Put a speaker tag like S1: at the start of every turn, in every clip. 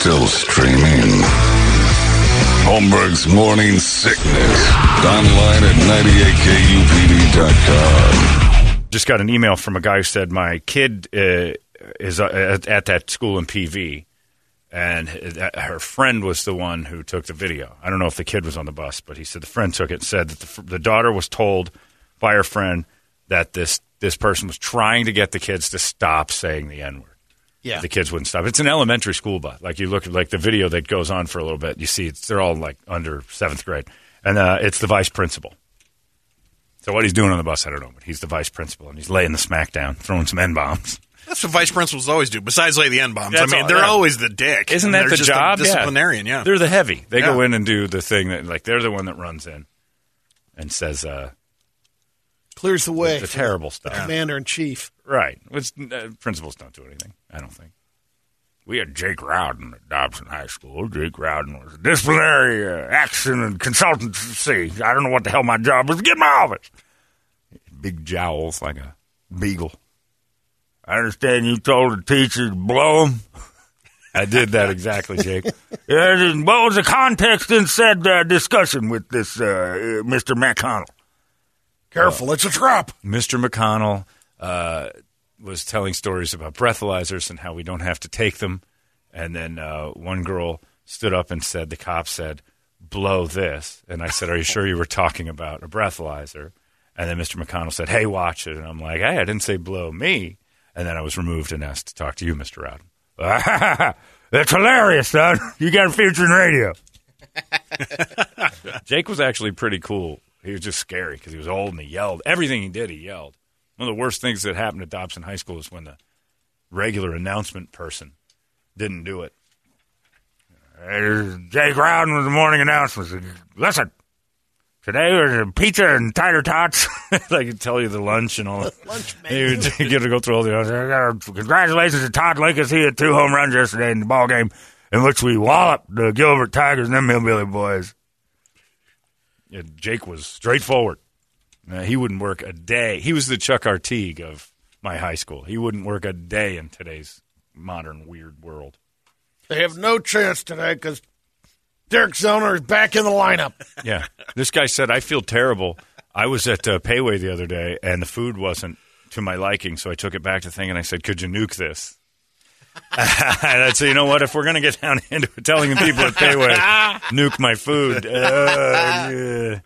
S1: Still streaming. Holmberg's Morning Sickness. Online at 98kupd.com.
S2: just got an email from a guy who said my kid uh, is uh, at, at that school in PV, and that- her friend was the one who took the video. I don't know if the kid was on the bus, but he said the friend took it and said that the, fr- the daughter was told by her friend that this this person was trying to get the kids to stop saying the n word.
S3: Yeah.
S2: The kids wouldn't stop. It's an elementary school bus. Like you look at like the video that goes on for a little bit, you see it's, they're all like under seventh grade, and uh, it's the vice principal. So what he's doing on the bus, I don't know, but he's the vice principal and he's laying the smack down, throwing some n bombs.
S3: That's what vice principals always do. Besides lay the n bombs, I
S2: That's
S3: mean,
S2: all-
S3: they're
S2: yeah.
S3: always the dick.
S2: Isn't
S3: And
S2: that
S3: they're
S2: the
S3: just
S2: job?
S3: The disciplinarian, yeah.
S2: They're the heavy. They go
S3: Yeah.
S2: in and do the thing that like they're the one that runs in and says uh,
S4: Clears the way.
S2: the terrible stuff.
S4: Commander in chief.
S2: Right. Which uh, principals don't do anything. I don't think. We had Jake Rowden at Dobson High School. Jake Rowden was a disciplinary uh, action and consultancy. I don't know what the hell my job was. Get in my office. Big jowls like a beagle. I understand you told the teacher to blow him. I did that exactly, Jake. Yeah, then what was the context in said uh, discussion with this uh, uh, Mr. McConnell?
S4: Careful, it's a trap.
S2: Mr. McConnell uh, was telling stories about breathalyzers and how we don't have to take them. And then uh, one girl stood up and said, The cop said, blow this. And I said, Are you sure you were talking about a breathalyzer? And then Mr. McConnell said, Hey, watch it. And I'm like, Hey, I didn't say blow me. And then I was removed and asked to talk to you, Mr. Rowden. That's hilarious, son. You got a future in radio. Jake was actually pretty cool. He was just scary because he was old and he yelled. Everything he did, he yelled. One of the worst things that happened at Dobson High School is when the regular announcement person didn't do it. Uh, Jake Rowden with the morning announcements. Listen, today was pizza and tater tots. they could tell you the lunch and all. that.
S4: Lunch
S2: You get to go through all the announcements. Congratulations to Todd Lucas. He had two home runs yesterday in the ball game, in which we walloped the Gilbert Tigers and them hillbilly boys. Yeah, Jake was straightforward. Uh, he wouldn't work a day. He was the Chuck Artigue of my high school. He wouldn't work a day in today's modern weird world.
S4: They have no chance today because Derek Zoner is back in the lineup.
S2: Yeah. this guy said, I feel terrible. I was at uh, Payway the other day, and the food wasn't to my liking, so I took it back to the thing, and I said, could you nuke this? and I'd say, you know what? If we're going to get down into it, telling the people at Payway, nuke my food. uh, yeah.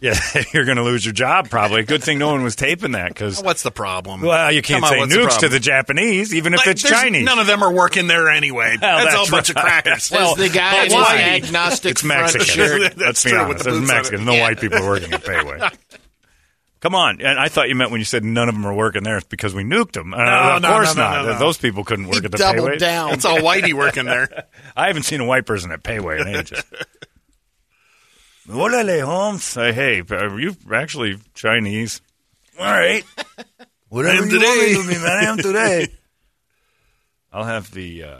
S2: Yeah, you're going to lose your job probably. Good thing no one was taping that because,
S3: what's the problem?
S2: well, you can't
S3: Come on,
S2: say
S3: what's
S2: nukes to
S3: problem?
S2: the Japanese, even if
S3: Like,
S2: it's
S3: there's-
S2: Chinese.
S3: None of them are working there anyway.
S2: Well,
S3: that's, all
S2: that's
S3: a bunch of
S2: right.
S3: crackers.
S2: Well,
S5: the guy
S2: but
S5: in his
S2: why?
S5: agnostic
S2: It's Mexican.
S3: shirt.
S2: Let's
S3: That's
S2: be
S3: true, with
S2: honest.
S3: the
S2: There's
S3: boots on
S2: Mexicans. No white people working at Payway. Come on. And I thought you meant when you said none of them are working there, it's because we nuked them. No, of
S3: no,
S2: course
S3: no, no,
S2: not.
S3: no, no.
S2: Those people couldn't work
S4: He
S2: at the
S4: doubled
S2: Payway.
S4: down.
S3: It's all whitey working there.
S2: I haven't seen a white person at Payway in ages. Olale, Holmes. Say, hey, are you actually Chinese? All right. Whatever
S3: am today.
S2: me to be, man. I am today. I'll have the, uh,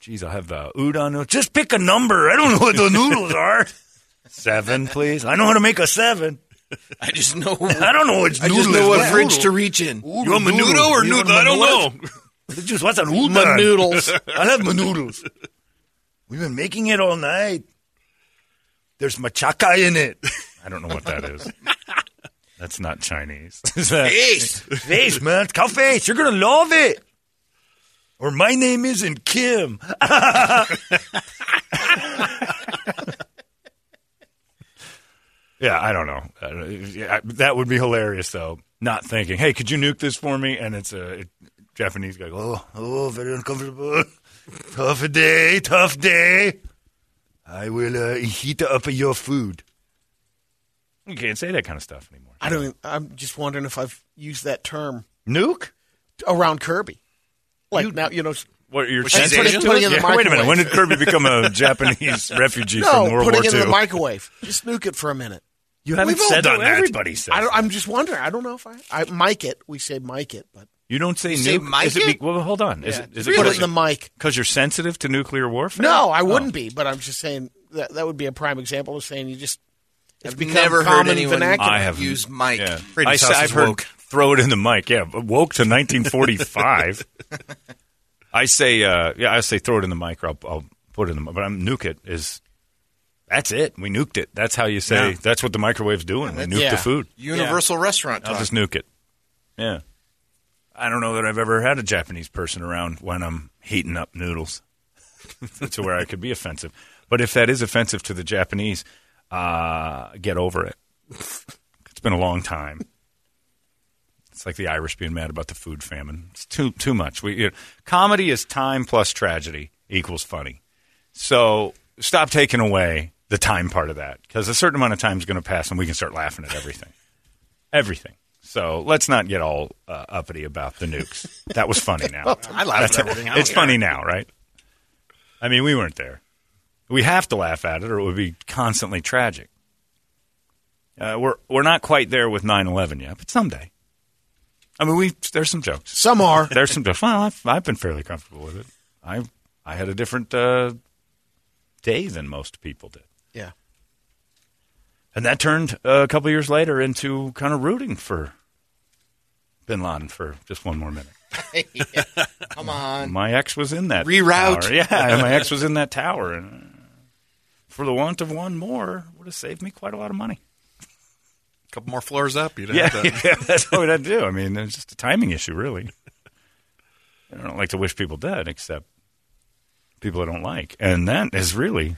S2: geez, I'll have the udon. noodle. Just pick a number. I don't know what the noodles are. Seven, please. I know how to make a seven.
S5: I just know.
S2: I don't know which
S5: I
S2: noodle
S5: just
S2: is
S5: know what
S2: what.
S5: fridge to reach
S3: You
S5: in.
S3: want menudo or
S2: You want
S3: noodle? I don't
S2: menudo?
S3: know.
S2: Just what's an udon?
S5: My noodles.
S2: I love my noodles. We've been making it all night. There's machaca in it. I don't know what that is. That's not Chinese. Is that-
S3: Yes.
S2: face, man. Cow face. You're going to love it. Or my name isn't Kim. yeah, I don't know. I don't- yeah, That would be hilarious, though. Not thinking, hey, could you nuke this for me? And it's a Japanese guy. Oh, oh, very uncomfortable. tough day, tough day. I will uh, heat up your food. You can't say that kind of stuff anymore.
S4: I don't. Even, I'm just wondering if I've used that term
S2: Nuke?
S4: around Kirby. Like now, you know, s-
S2: What you're
S3: she's
S2: sensitive
S3: Asian?
S2: to
S4: Putting
S2: it?
S4: in the
S2: Yeah, Wait a minute.
S4: microwave.
S2: When did Kirby become a Japanese refugee
S4: no,
S2: from World
S4: putting
S2: War
S4: it in
S2: II?
S4: the microwave. Just nuke it for a minute.
S2: you haven't
S3: We've all
S2: said
S3: done
S2: that.
S3: that.
S2: Everybody says.
S4: I don't, I'm just wondering. I don't know if I, I mic it. We say mic it, but
S2: you don't say nuke.
S5: say
S2: is it
S5: mic
S2: be, well, hold on. Is it, is
S4: put
S2: it
S4: it in the mic.
S2: because you're sensitive to nuclear warfare?
S4: No, I
S2: Oh.
S4: wouldn't be. But I'm just saying that that would be a prime example of saying you just. It's
S5: I've
S4: become
S5: never heard
S4: common
S5: anyone-
S4: vernacular.
S2: I have
S5: Use mic.
S2: Yeah.
S3: Freedom
S2: I,
S3: House
S2: have
S3: is
S2: heard
S3: woke.
S2: throw it in the mic. Yeah, but woke to 1945. I say, uh, yeah, I say throw it in the mic, or I'll, I'll put it in the. mi- But I'm nuke it is. That's it. We nuked it. That's how you say.
S3: Yeah.
S2: That's what the microwave's doing. we nuked
S4: yeah.
S2: the food.
S5: Universal restaurant
S2: I'll
S5: talk.
S2: just nuke it. Yeah. I don't know that I've ever had a Japanese person around when I'm heating up noodles to where I could be offensive. But if that is offensive to the Japanese, uh, get over it. It's been a long time. It's like the Irish being mad about the food famine. It's too too much. We, you know, comedy is time plus tragedy equals funny. So stop taking away the time part of that because a certain amount of time is going to pass and we can start laughing at everything everything. So let's not get all uh, uppity about the nukes. That was funny now.
S3: I laugh at everything. I don't
S2: it's
S3: care.
S2: funny now, right? I mean, we weren't there. We have to laugh at it, or it would be constantly tragic. Uh, we're we're not quite there with 9-11 yet, but someday. I mean, we there's some jokes.
S4: Some are.
S2: There's some jokes. Well, I've, I've been fairly comfortable with it. I I had a different uh, day than most people did.
S4: Yeah.
S2: And that turned uh, a couple years later into kind of rooting for Bin Laden for just one more minute.
S5: Come on.
S2: My ex was in that
S5: Reroute.
S2: Tower. Yeah, my ex was in that tower, and uh, for the want of one more, would have saved me quite a lot of money.
S3: A couple more floors up. You'd
S2: Yeah,
S3: have to.
S2: yeah, that's what I'd do. I mean, it's just a timing issue, really. I don't like to wish people dead, except people I don't like, and that is really.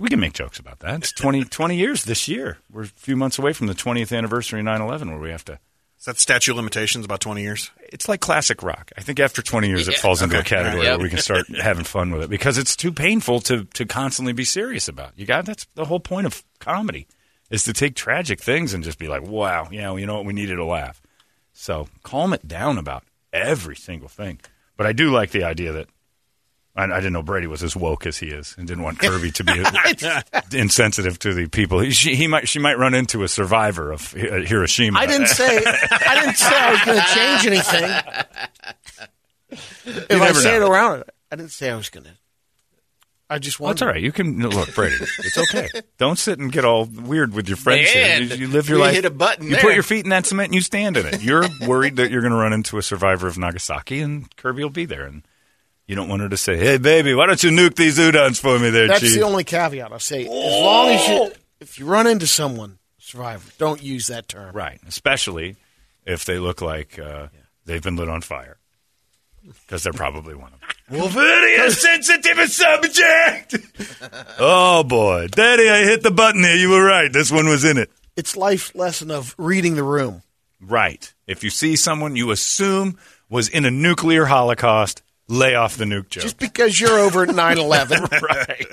S2: We can make jokes about that. It's 20, 20 years this year. We're a few months away from the 20th anniversary of 9 11, where we have to.
S3: Is that statute of limitations about 20 years?
S2: It's like classic rock. I think after 20 years, it falls into a category
S5: Yep.
S2: where we can start having fun with it because it's too painful to, to constantly be serious about. You got that's the whole point of comedy is to take tragic things and just be like, wow, yeah, well, you know what? We needed a laugh. So calm it down about every single thing. But I do like the idea that I, I didn't know Brady was as woke as he is and didn't want Kirby to be insensitive to the people. He, she, he might, she might run into a survivor of Hi- Hiroshima.
S4: I didn't say I didn't say I was going to change anything. If I
S2: never
S4: say it
S2: know.
S4: around it, I didn't say I was going to. I just
S2: Well,
S4: wanted.
S2: it's all right. You can no, look, Brady. It's okay. Don't sit and get all weird with your friends. Here.
S5: Man,
S2: You, you live your
S5: we
S2: life.
S5: hit a button
S2: You
S5: there.
S2: put your feet in that cement and you stand in it. You're worried that you're going to run into a survivor of Nagasaki, and Kirby will be there. And you don't want her to say, "Hey, baby, why don't you nuke these udons for me, there,
S4: That's
S2: chief?"
S4: the only caveat I'll say. As long as you, if you run into someone, survivor, don't use that term.
S2: right, especially if they look like uh, they've been lit on fire, because they're probably one of them. Well, very insensitive subject. oh boy, Daddy, I hit the button there. You were right. This one was in it.
S4: It's life lesson of reading the room.
S2: Right. If you see someone you assume was in a nuclear holocaust, lay off the nuke joke.
S4: Just because you're over at 9-11.
S2: right.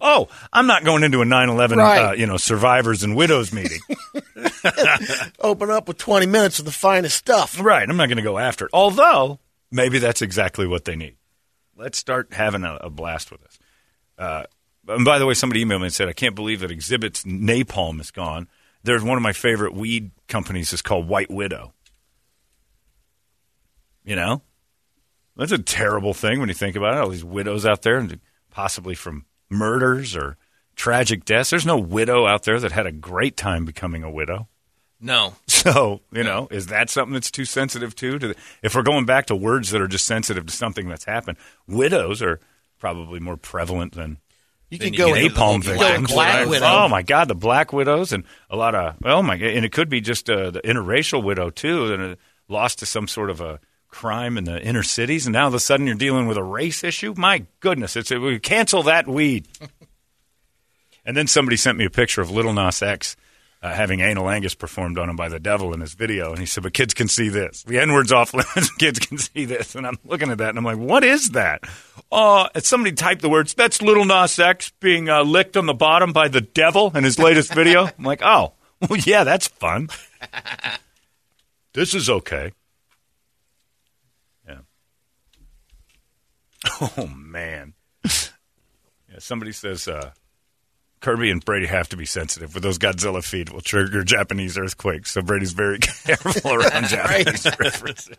S2: Oh, I'm not going into a 9/11, uh,
S4: Right.
S2: you know, survivors and widows meeting.
S4: open up with 20 minutes of the finest stuff.
S2: right. I'm not going to go after it. Although maybe that's exactly what they need. Let's start having a, a blast with this. Uh, and by the way, somebody emailed me and said, "I can't believe that Exhibit's napalm is gone." There's one of my favorite weed companies is called White Widow. You know, that's a terrible thing when you think about it. All these widows out there, and possibly from murders or tragic deaths. There's no widow out there that had a great time becoming a widow.
S5: No.
S2: So you know, is that something that's too sensitive to? to the, if we're going back to words that are just sensitive to something that's happened, widows are probably more prevalent than
S4: You
S5: Then
S4: can
S5: you
S4: go
S5: get
S4: with
S5: Oh, the whole
S2: napalm
S5: you go
S2: victims.
S5: black
S2: right?
S5: widow.
S2: Oh my God, the black widows and a lot of oh my God, and it could be just uh, the interracial widow too, that uh, lost to some sort of a crime in the inner cities, and now all of a sudden you're dealing with a race issue. My goodness, it's we cancel that weed. and then somebody sent me a picture of Little Nas X. Uh, having anal Angus performed on him by the devil in his video, and he said, "But kids can see this. The N word's off limits. kids can see this." And I'm looking at that, and I'm like, "What is that?" Uh, and somebody typed the words, "That's Little Nas X being uh, licked on the bottom by the devil in his latest video." I'm like, "Oh, well, yeah, that's fun. this is okay." Oh man. yeah, somebody says uh, Kirby and Brady have to be sensitive, but those Godzilla feet will trigger Japanese earthquakes. So Brady's very careful around Japanese references.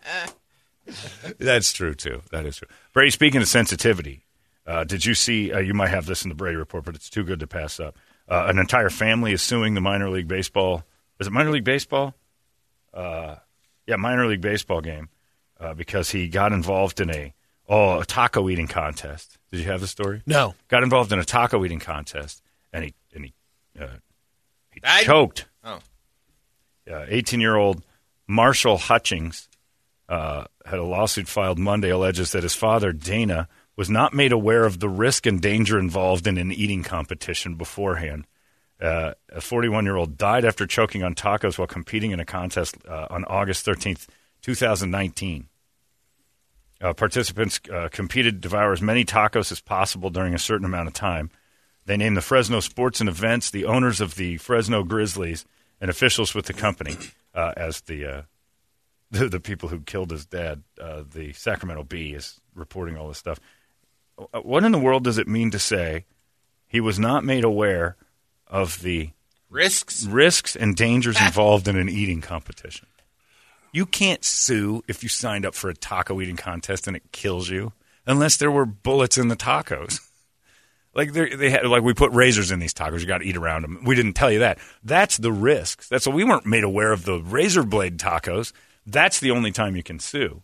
S2: That's true too. That is true. Brady, speaking of sensitivity, uh, did you see? Uh, you might have this in the Brady report, but it's too good to pass up. Uh, an entire family is suing the minor league baseball. Is it minor league baseball? Uh, yeah, minor league baseball game uh, because he got involved in a oh a taco eating contest. Did you have the story?
S4: No.
S2: Got involved in a taco eating contest, and he and he uh, he
S5: Died?
S2: choked.
S5: Oh.
S2: Eighteen year old Marshall Hutchings uh, had a lawsuit filed Monday alleges that his father Dana was not made aware of the risk and danger involved in an eating competition beforehand. Uh, a 41 year old died after choking on tacos while competing in a contest uh, on August 13th, 2019. Uh, participants uh, competed to devour as many tacos as possible during a certain amount of time. They named the Fresno Sports and Events, the owners of the Fresno Grizzlies, and officials with the company uh, as the, uh, the the people who killed his dad. Uh, the Sacramento Bee is reporting all this stuff. Uh, What in the world does it mean to say he was not made aware of the
S5: Risks.
S2: risks and dangers involved in an eating competition. You can't sue if you signed up for a taco eating contest and it kills you, unless there were bullets in the tacos. Like they they had like we put razors in these tacos. You got to eat around them. We didn't tell you that. That's the risks. That's what we weren't made aware of the razor blade tacos. That's the only time you can sue.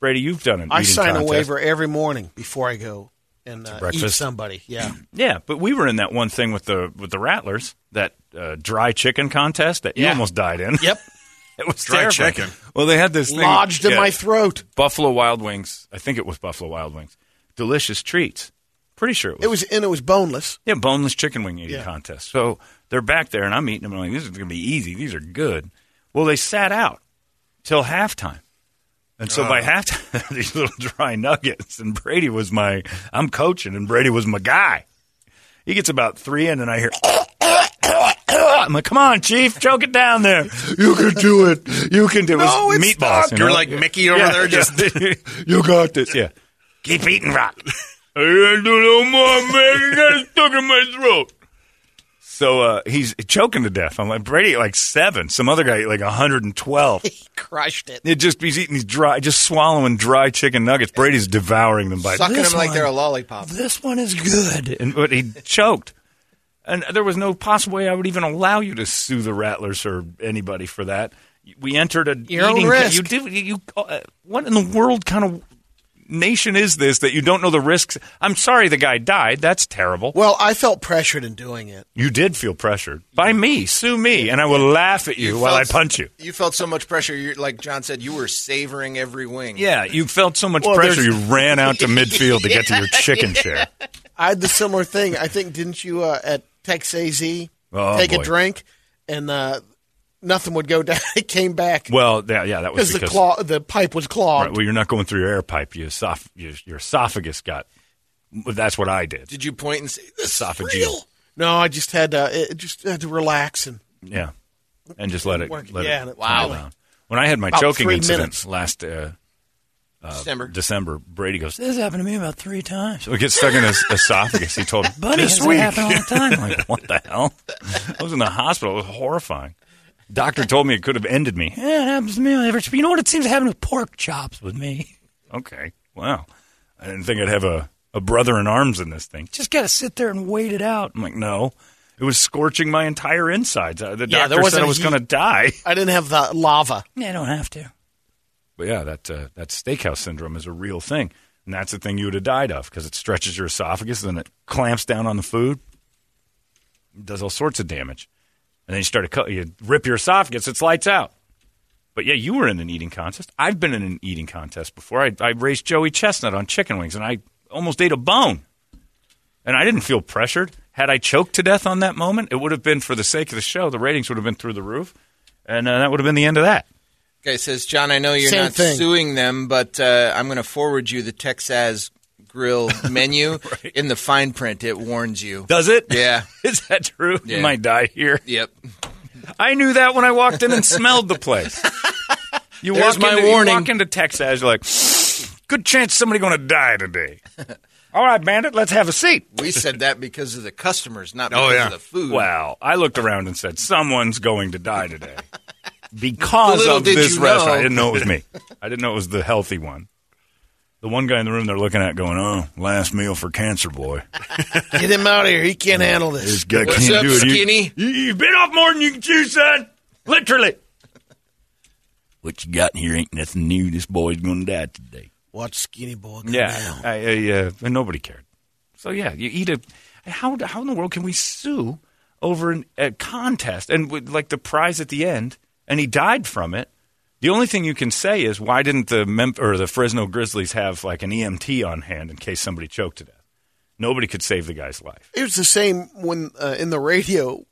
S2: Brady, you've done an
S4: I
S2: eating
S4: sign
S2: contest.
S4: a waiver every morning before I go and uh, eat
S2: breakfast?
S4: somebody. Yeah.
S2: Yeah, but we were in that one thing with the with the rattlers that uh, dry chicken contest that you
S4: Yeah.
S2: almost died in.
S4: yep.
S2: It was
S3: Dry
S2: terrifying.
S3: chicken.
S2: Well, they had this thing
S4: Lodged in
S2: yeah,
S4: my throat.
S2: Buffalo Wild Wings. I think it was Buffalo Wild Wings. Delicious treats. Pretty sure it was.
S4: It was and it was boneless.
S2: yeah, boneless chicken wing eating
S4: Yeah.
S2: contest. So they're back there, and I'm eating them. And I'm like, this is going to be easy. These are good. Well, they sat out till halftime. And so by halftime, these little dry nuggets. And Brady was my, I'm coaching, and Brady was my guy. He gets about three in, and I hear, I'm like, come on, Chief, choke it down there. You can do it. You can do it.
S3: No,
S2: it was
S3: it's
S2: meatballs.
S3: not. You're like Mickey over there, just-
S2: you got this. Yeah. Keep eating rock. I can't do no more, man. You got it stuck in my throat. So uh, he's choking to death. I'm like, Brady, at, like seven. Some other guy, at, like 112.
S4: He crushed it.
S2: It just he's eating these dry, just swallowing dry chicken nuggets. Brady's devouring them by
S5: Sucking
S2: this
S5: them like they're a
S2: one-
S5: lollipop.
S2: This one is good, and but he choked, and there was no possible way I would even allow you to sue the Rattlers or anybody for that. We entered a
S4: Your own
S2: eating,
S4: risk.
S2: You do you. Uh, what in the world kind of nation is this that you don't know the risks? I'm sorry, the guy died. That's terrible.
S4: Well, I felt pressured in doing it.
S2: You did feel pressured by me. Sue me, and I will laugh at you,
S5: You
S2: while I
S5: felt-
S2: punch you.
S5: You felt so much pressure. You're, like John said, you were savoring every wing.
S2: Yeah, you felt so much
S4: Well,
S2: pressure you
S4: there's-
S2: ran out to midfield to get to your chicken chair.
S4: I had the similar thing. I think didn't you uh, at Tex AZ
S2: Oh,
S4: take
S2: boy.
S4: a drink and uh, nothing would go down. It came back
S2: Well, yeah, yeah that was
S4: because the
S2: because
S4: claw the pipe was clogged.
S2: right, well, you're not going through your air pipe. Your, esoph- your, your esophagus got. well, That's what I did.
S5: Did you point and say, this is
S2: Esophageal.
S5: real?
S4: no, I just had to, it just had to relax and
S2: Yeah, and just let it.
S4: Work-
S2: Let
S4: yeah,
S2: it
S4: that's
S2: wow.
S4: really-
S2: When I had my
S4: About
S2: choking
S4: three
S2: incident
S4: minutes.
S2: last uh,
S5: December.
S2: December, Brady goes, "This happened to me about three times." So it gets stuck in his esophagus. He told, me, "Buddy,
S4: This
S2: this week.
S4: week."
S2: all the time." I'm like, what the hell? I was in the hospital. It was horrifying. Doctor told me it could have ended me. Yeah, it happens to me. on average. But you know what? It seems to happen with pork chops with me. Okay, wow. I didn't think I'd have a, a brother in arms in this thing. Just got to sit there and wait it out. I'm like, no. It was scorching my entire insides. Uh, The
S4: Yeah, there
S2: doctor said
S4: wasn't
S2: I
S4: a
S2: was
S4: heat.
S2: going to die.
S4: I didn't have the lava.
S2: Yeah, I don't have to. But yeah, that uh, that steakhouse syndrome is a real thing, and that's the thing you would have died of because it stretches your esophagus and it clamps down on the food, It does all sorts of damage, and then you start to cut, you rip your esophagus, it's lights out. But yeah, you were in an eating contest. I've been in an eating contest before. I, I raced Joey Chestnut on chicken wings, and I almost ate a bone. And I didn't feel pressured. Had I choked to death on that moment, it would have been for the sake of the show. The ratings would have been through the roof, and uh, that would have been the end of that.
S5: Guy says, John, I know you're
S4: Same
S5: not
S4: thing.
S5: suing them, but uh, I'm going to forward you the Texas Grill menu. In the fine print, it warns you.
S2: Does it?
S5: Yeah.
S2: Is that true?
S5: Yeah.
S2: You might die here.
S5: Yep.
S2: I knew that when I walked in and smelled the place. You
S5: There's
S2: walk
S5: my
S2: into,
S5: warning.
S2: You walk into Texas, you're like, good chance somebody's going to die today. All right, Bandit, let's have a seat.
S5: We said that because of the customers, not because
S3: Oh, yeah.
S5: of the food.
S2: Wow. I looked around and said, someone's going to die today because
S5: Little
S2: of
S5: did
S2: this
S5: you
S2: restaurant.
S5: know.
S2: I didn't know it was me. I didn't know it was the healthy one. The one guy in the room they're looking at going, oh, last meal for cancer boy.
S4: Get him out of here. He can't handle
S2: This
S4: this.
S2: guy
S5: What's
S2: can't
S5: up,
S2: do Mm. it. You-
S5: skinny?
S2: You, have been off more than you can chew, son. Literally. What you got in here ain't nothing new. This boy's going to die today.
S4: Watch Skinny Boy come
S2: Yeah.
S4: down.
S2: I, I, uh, and nobody cared. So, yeah, you eat a. How, how in the world can we sue over an, a contest and with, like the prize at the end? And he died from it. The only thing you can say is why didn't the Mem- or the Fresno Grizzlies have like an EMT on hand in case somebody choked to death? Nobody could save the guy's life.
S4: It was the same when uh, in the radio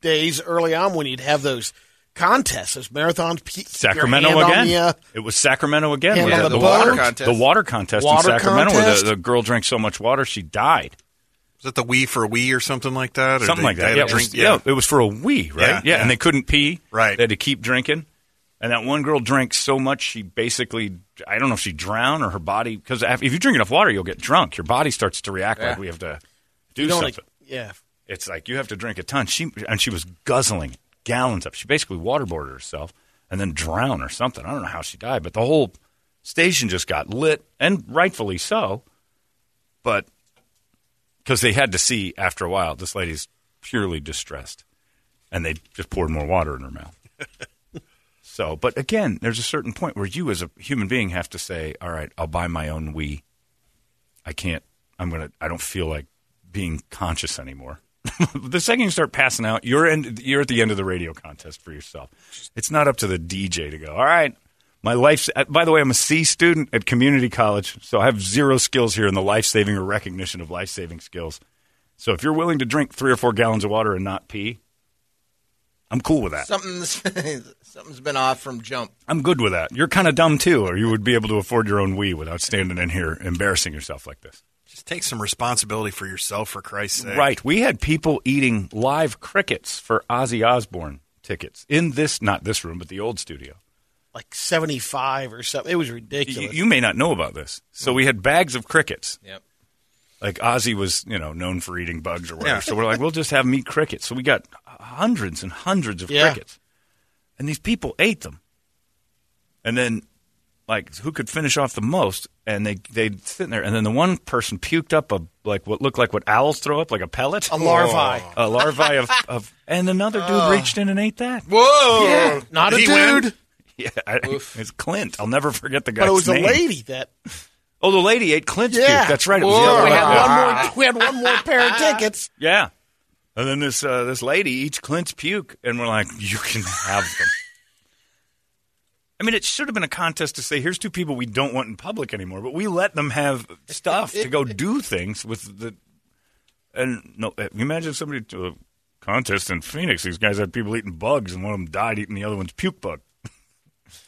S4: days early on when you'd have those contests, those marathons. pe- keep your
S2: Sacramento
S4: hand on
S2: again.
S4: the, uh,
S2: it was Sacramento again.
S4: hand
S2: with
S4: on
S2: the,
S4: the
S2: water
S4: boat.
S2: contest. The water contest
S4: Water
S2: in Sacramento
S4: contest.
S2: where the, the girl drank so much water she died.
S3: Is that the we for we or something like that? Or
S2: Something
S3: they-
S2: like
S3: they
S2: that.
S3: had
S2: Yeah,
S3: a
S2: it
S3: drink-
S2: was, yeah. it was for a wee, right?
S3: Yeah, yeah.
S2: and they couldn't pee.
S3: Right.
S2: They had to keep drinking. And that one girl drank so much she basically, I don't know if she drowned or her body, because if you drink enough water, you'll get drunk. Your body starts to react like we have to do
S4: you don't, e-,
S2: something.
S4: yeah.
S2: it's like you have to drink a ton. She and she was guzzling gallons up. She basically waterboarded herself and then drowned or something. I don't know how she died, but the whole station just got lit, and rightfully so. But because they had to see after a while, this lady's purely distressed, and they just poured more water in her mouth. so, but again, there's a certain point where you, as a human being, have to say, "All right, I'll buy my own we." I can't. I'm gonna. I don't feel like being conscious anymore. the second you start passing out, you're in, you're at the end of the radio contest for yourself. It's not up to the DJ to go. All right, my life's. uh, By the way, I'm a C student at community college, so I have zero skills here in the life saving or recognition of life saving skills. So if you're willing to drink three or four gallons of water and not pee, I'm cool with that.
S5: Something's, something's been off from jump.
S2: I'm good with that. You're kind of dumb too, or you would be able to afford your own Wii without standing in here embarrassing yourself like this.
S3: Just take some responsibility for yourself, for Christ's sake.
S2: Right. We had people eating live crickets for Ozzy Osbourne tickets in this, not this room, but the old studio.
S4: Like 75 or something. It was
S2: You,
S4: ridiculous.
S2: you may not know about this. So we had bags of crickets.
S5: Yep.
S2: Like Ozzy was, you know, known for eating bugs or whatever.
S3: Yeah.
S2: So we're like, we'll just have them eat crickets. So we got hundreds and hundreds of
S4: Yeah.
S2: crickets. And these people ate them. And then, like, who could finish off the most? And they they'd sit there. And then the one person puked up a like what looked like what owls throw up, like a pellet, Oh.
S4: a larvae.
S2: a larvae of, of and another dude reached in and ate that.
S5: Whoa!
S4: Not a
S3: Did
S4: dude,
S3: he win?
S2: Yeah, I, it's Clint. I'll never forget the guy's
S4: but it was
S2: name.
S4: a lady that.
S2: Oh, the lady ate Clint's puke.
S4: Yeah.
S2: That's right. It was the other
S4: We
S2: one.
S4: had,
S2: Yeah.
S4: one more, we had one more pair of tickets.
S2: Yeah. And then this uh, this lady eats Clint's puke, and we're like, you can have them. I mean, it should have been a contest to say, here's two people we don't want in public anymore, but we let them have stuff to go do things with the. And no, uh, imagine somebody to a contest in Phoenix. These guys had people eating bugs, and one of them died eating the other one's puke bug.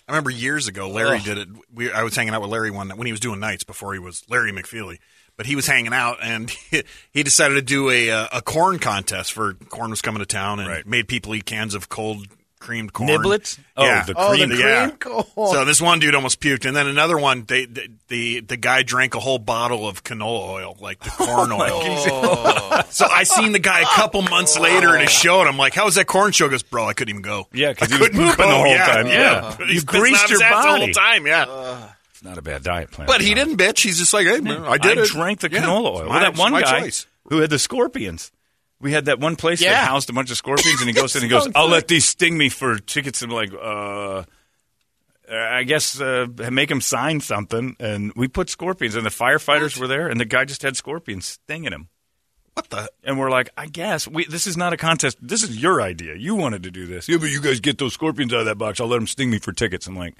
S3: I remember years ago, Larry did it. We, I was hanging out with Larry one night when he was doing nights before he was Larry McFeely. But he was hanging out, and he, decided to do a uh, a corn contest for corn was coming to town, and
S2: Right.
S3: made people eat cans of cold creamed corn
S2: Niblets? Oh,
S3: yeah.
S2: the
S4: Oh, the
S2: cream-
S4: cream
S3: yeah.
S4: corn.
S3: So this one dude almost puked, and then another one. They, they the the guy drank a whole bottle of canola oil, like the corn
S2: Oh
S3: oil. so I seen the guy a couple months later at a show, and I'm like, "How was that corn show?" He goes, bro, I couldn't even go.
S2: Yeah, 'cause
S3: I
S2: he was
S3: couldn't
S2: pooping
S3: go."
S2: the whole
S3: yeah,
S2: time. Yeah.
S3: Yeah,
S2: You
S3: He's pissing
S2: greased
S3: out his
S2: your
S3: ass the
S2: body.
S3: whole time. Yeah,
S2: It's not a bad diet plan.
S3: but he didn't Uh, bitch. He's just like, "Hey, man, I did. it.
S2: drank the
S3: Yeah.
S2: canola
S3: It's
S2: oil.
S3: my-
S2: Well, that
S3: it's
S2: one
S3: my
S2: guy
S3: choice.
S2: who had the scorpions. We had that one place that
S4: Yeah.
S2: housed a bunch of scorpions, and he goes in and goes, "I'll let these sting me for tickets." And I'm like, uh, I guess uh, make him sign something. And we put scorpions, and the firefighters were there, and the guy just had scorpions stinging him.
S3: What the?
S2: And we're like, I guess we, this is not a contest. This is your idea. You wanted to do this. Yeah, but you guys get those scorpions out of that box. I'll let them sting me for tickets. I'm like,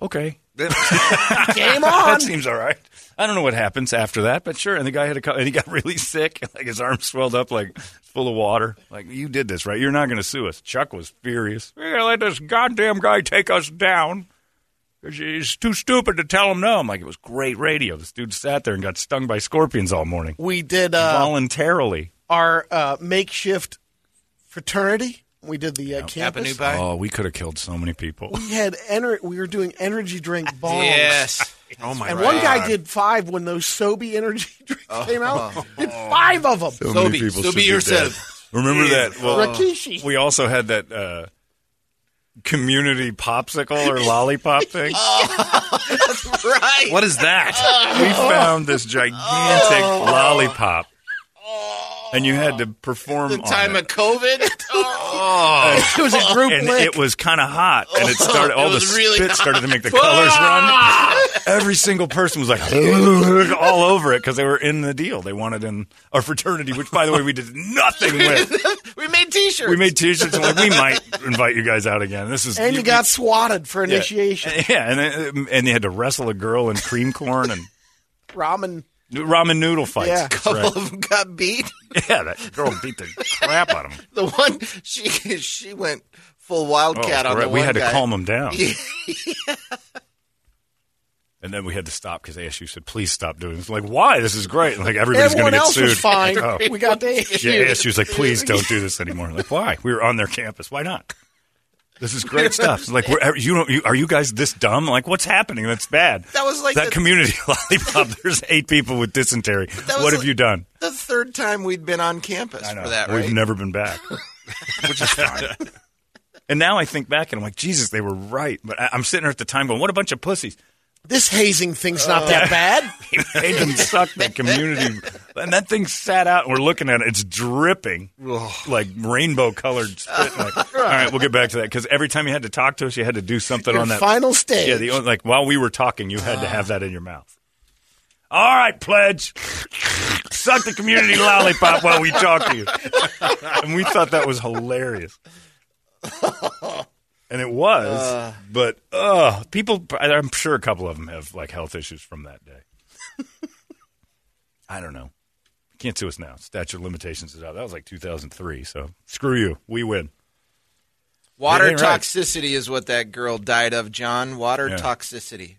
S2: okay,
S4: Game on.
S2: that seems all right. I don't know what happens after that, but sure. And the guy had a, co- and he got really sick. Like his arm swelled up, like full of water. Like you did this, right? You're not going to sue us. Chuck was furious. We're going to let this goddamn guy take us down. 'Cause He's too stupid to tell him no. I'm like, it was great radio. This dude sat there and got stung by scorpions all morning
S4: we did uh,
S2: voluntarily.
S4: our uh, makeshift fraternity. We did the uh,
S5: Avenue
S4: campus.
S5: by.
S2: Oh, we could have killed so many people.
S4: We had ener- We were doing energy drink bombs.
S5: Yes.
S3: Oh my
S4: And
S3: God.
S4: one guy did five when those Sobe energy drinks came out. Did five of them.
S5: Oh. So be- so be yourself.
S2: Remember that? Well,
S4: Rakishi.
S2: we also had that uh, community popsicle or lollipop thing.
S5: right.
S2: What is that? We found this gigantic
S5: Oh.
S2: lollipop, and you had to perform
S5: the
S2: on
S5: time of
S2: it.
S5: COVID? Oh.
S4: It was a group
S2: and
S4: lick.
S2: it was kind of hot, and it started. All
S5: Oh. It
S2: the
S5: was really
S2: spit started to make the colors run. Every single person was like all over it because they were in the deal. They wanted in our fraternity, which, by the way, we did nothing with.
S5: we made T-shirts.
S2: We made T-shirts and like we might invite you guys out again. This is
S4: and you got swatted for
S2: yeah.
S4: initiation.
S2: Yeah, and then- and they had to wrestle a girl in cream corn and
S4: Ramen.
S2: ramen noodle fights.
S4: Yeah.
S2: That's
S5: couple
S2: right.
S5: of them got beat.
S2: Yeah, that girl beat the crap out of him.
S5: The one she she went full
S2: Oh,
S5: wildcat on
S2: correct.
S5: the one
S2: we had
S5: guy.
S2: to calm him down. And then we had to stop because ASU said, "Please stop doing this." I'm like, why? This is great. And like everybody's going to get
S4: Everyone else
S2: sued.
S4: was fine.
S2: Oh.
S4: We got the
S2: Yeah, ASU's like, "Please don't do this anymore." Like, why? We were on their campus. Why not? This is great stuff. It's Like, we're, you don't. You, are you guys this dumb? Like, what's happening? That's bad.
S5: That was like
S2: that
S5: the-
S2: community lollipop. There's eight people with dysentery.
S5: That
S2: What
S5: was
S2: have
S5: like
S2: you done?
S5: The third time we'd been on campus
S2: I know.
S5: for that,
S2: We've
S5: right?
S2: never been back, which is fine. And now I think back and I'm like, Jesus, they were right. But I- I'm sitting there at the time going, what a bunch of pussies.
S4: This hazing thing's not
S2: Uh,
S4: that bad.
S2: They made them suck that community. And that thing sat out and we're looking at it. It's dripping like rainbow colored spit. Like, all right, we'll get back to that. Because every time you had to talk to us, you had to do something
S4: Your
S2: on that.
S4: final stage.
S2: Yeah, the, only- like while we were talking, you had to have that in your mouth. All right, pledge. Suck the community lollipop while we talk to you. And we thought that was hilarious. And it was, but uh, people, I'm sure a couple of them have like health issues from that day. I don't know. Can't sue us now. Statute of limitations is out. That was like 2003. So screw you. We win.
S5: Water
S2: It ain't right.
S5: toxicity is what that girl died of, John. Water
S2: Yeah.
S5: toxicity.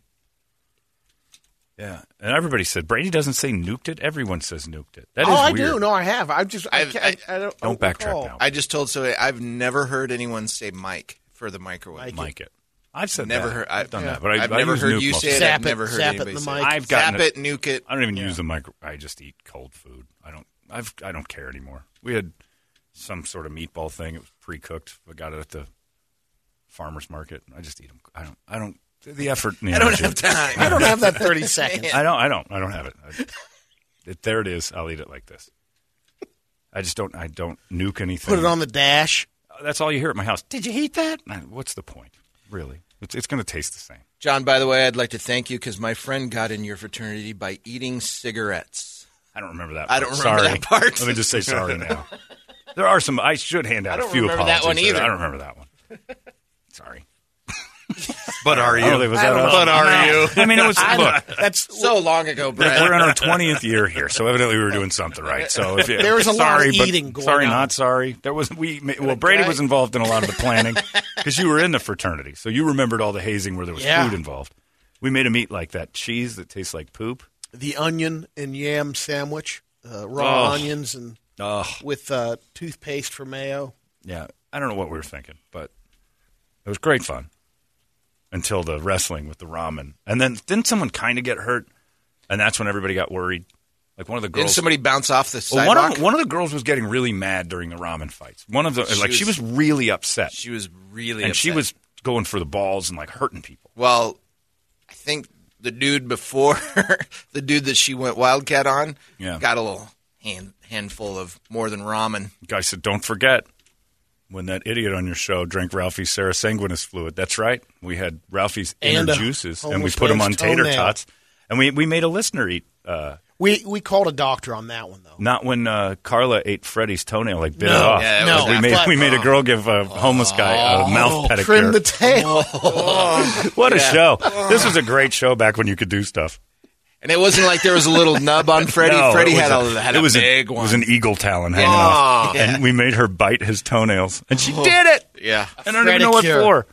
S2: Yeah. And everybody said Brady doesn't say nuked it. Everyone says nuked it. That is
S4: Oh, I
S2: weird.
S4: do. No, I have. I just. I,
S5: I've-
S4: can't, I, I don't. oh,
S2: Don't
S4: I
S2: backtrack
S4: recall.
S2: now.
S5: I just told Zoe I've never heard anyone say Mike for the microwave.
S2: Mike it. I've said
S5: Never
S2: that.
S5: heard- I-
S2: I've done
S5: yeah.
S2: that, but I,
S5: I've
S2: I
S5: never
S2: use
S5: heard
S2: nuke
S5: you
S2: most
S5: say
S2: of
S5: it.
S2: the
S5: I've
S4: Zap it,
S5: never heard
S4: zap it in
S5: anybody
S4: the
S5: say
S4: mic.
S5: it.
S2: I've
S5: Zap
S2: gotten
S5: it, nuke it.
S2: I don't even use the micro. I just eat cold food. I don't. I've. I don't care anymore. We had some sort of meatball thing. It was pre-cooked. I got it at the farmers market. I just eat them. I don't. I don't. The effort. I don't have
S5: time.
S4: I don't have that thirty seconds.
S2: I don't. I don't. I don't have it. I, it. There it is. I'll eat it like this. I just don't. I don't nuke anything.
S4: Put it on the dash.
S2: That's all you hear at my house. Did you eat that? Uh, What's the point? Really? It's, it's going to taste the same.
S5: John, by the way, I'd like to thank you because my friend got in your fraternity by eating cigarettes.
S2: I don't remember that.
S5: I
S2: Part.
S5: don't remember
S2: sorry.
S5: that part.
S2: Let me just say sorry now. There are some. I should hand out
S5: I don't
S2: a few
S5: remember that
S2: apologies.
S5: one
S2: there.
S5: either.
S2: I don't remember that one. Sorry.
S3: But are you?
S2: Oh, there was that other-
S3: but are you?
S2: I mean, it was look.
S4: That's
S5: So long ago, Brad.
S2: We're in our twentieth year here, so evidently we were doing something right. So if you,
S4: There was a lot
S2: sorry,
S4: of
S2: but
S4: eating going
S2: sorry,
S4: on.
S2: not sorry. There was we. Well, Brady was involved in a lot of the planning because you were in the fraternity, so you remembered all the hazing where there was
S4: Yeah.
S2: food involved. We made a meat like that cheese that tastes like poop.
S4: the onion and yam sandwich, uh, raw
S2: Oh.
S4: onions and
S2: Ugh.
S4: with uh, toothpaste for mayo.
S2: Yeah, I don't know what we were thinking, but it was great fun until the wrestling with the ramen, and then didn't someone kind of get hurt, and that's when everybody got worried. Like one of the
S5: Didn't
S2: girls,
S5: somebody bounce off the
S2: Well,
S5: sidewalk?
S2: one of one of the girls was getting really mad during the ramen fights. One of the like she was
S5: was-
S2: really upset,
S5: she was really
S2: and she
S5: upset.
S2: was going for the balls and like hurting people.
S5: Well, I think the dude before the dude that she went wildcat on
S2: Yeah.
S5: got a little hand, handful of more than ramen.
S2: The guy said, "Don't forget." When that idiot on your show drank Ralphie's Sarah Sanguinis fluid, that's right. We had Ralphie's
S4: And
S2: inner
S4: a
S2: juices, and we
S4: homeless
S2: put them on
S4: man's
S2: tater
S4: toenail.
S2: tots, And we, we made a listener eat. Uh,
S4: We we called a doctor on that one though.
S2: not when uh, Carla ate Freddie's toenail, like bit it
S5: No,
S2: off.
S5: yeah, it
S2: Like,
S5: was
S2: we made
S4: not-
S2: we made a girl give a homeless guy
S5: Oh.
S2: a mouth pedicure.
S4: Oh. Trim the tail.
S2: what a show!
S5: Oh.
S2: This was a great show back when you could do stuff.
S5: And it wasn't like there was a little nub on Freddie.
S2: No,
S5: Freddie
S2: it was
S5: had a, had
S2: it was
S5: big
S2: a,
S5: one.
S2: It was an eagle talon hanging off, and we made her bite his toenails, and
S4: Oh.
S2: she did it.
S5: yeah.
S2: And I don't even know what
S4: Fredicure.
S2: for.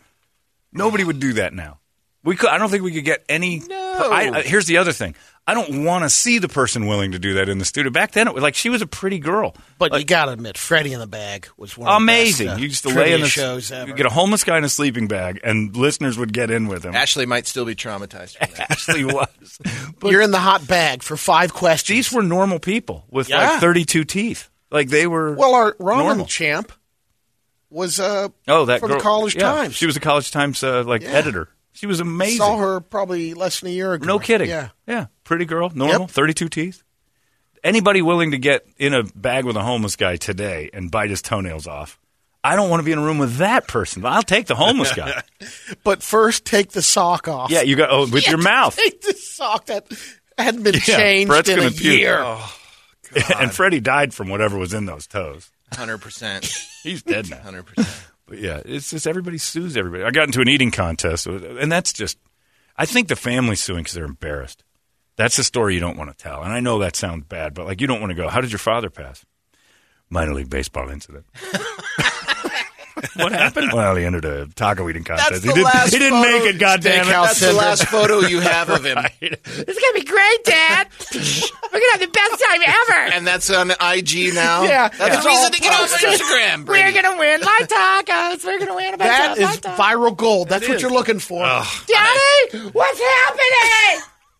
S2: Nobody would do that now. We could. I don't think we could get any. No. I, I- here's the other thing. I don't want to see the person willing to do that in the studio. Back then, it was like she was a pretty girl.
S4: But you gotta admit, Freddie in the Bag was one of
S2: Amazing.
S4: The best, uh,
S2: you used to
S4: trivia
S2: lay in the
S4: shows ever.
S2: You get a homeless guy in a sleeping bag, and listeners would get in with him.
S5: Ashley might still be traumatized from that.
S2: Ashley was.
S4: You're in the hot bag for five questions.
S2: These were normal people with
S4: Yeah.
S2: like 32 teeth. Like they were.
S4: well, our ramen
S2: normal.
S4: champ was uh
S2: Oh, that
S4: from
S2: girl.
S4: the College
S2: yeah.
S4: Times.
S2: She was a College Times uh, like editor. She was amazing.
S4: saw her probably less than a year ago.
S2: No kidding.
S4: Yeah.
S2: Yeah. Pretty girl, normal, 32 teeth. Anybody willing to get in a bag with a homeless guy today and bite his toenails off? I don't want to be in a room with that person. I'll take the homeless guy.
S4: But first, take the sock off.
S2: yeah, you got oh with your mouth.
S4: Take the sock that hadn't been
S2: Yeah,
S4: changed
S2: Brett's
S4: in a
S2: gonna puke. Oh.
S4: year.
S2: and Freddie died from whatever was in those toes.
S5: 100%.
S2: He's dead now.
S5: 100%.
S2: But yeah, it's just everybody sues everybody. I got into an eating contest, with- and that's just. I think the family's suing because they're embarrassed. That's the story you don't want to tell, and I know that sounds bad, but like you don't want to go. How did your father pass? Minor league baseball incident. what happened? Well, he entered a taco eating contest.
S5: That's
S2: he
S5: the
S2: didn't.
S5: last
S2: he didn't make it.
S4: photo
S2: Goddamn it!
S4: steakhouse
S5: That's the
S4: Send her-
S5: last photo you have of him.
S6: It's gonna be great, Dad. We're gonna have the best time ever.
S5: And that's on IG now.
S4: Yeah.
S5: That's
S4: Yeah.
S5: the reason to get
S3: Oh,
S5: off Instagram.
S6: We're
S5: Brady.
S6: gonna win live tacos. We're gonna win a
S4: That
S6: bunch
S4: is
S6: of live tacos.
S4: viral gold. That's what you're looking for.
S6: Daddy, what's happening?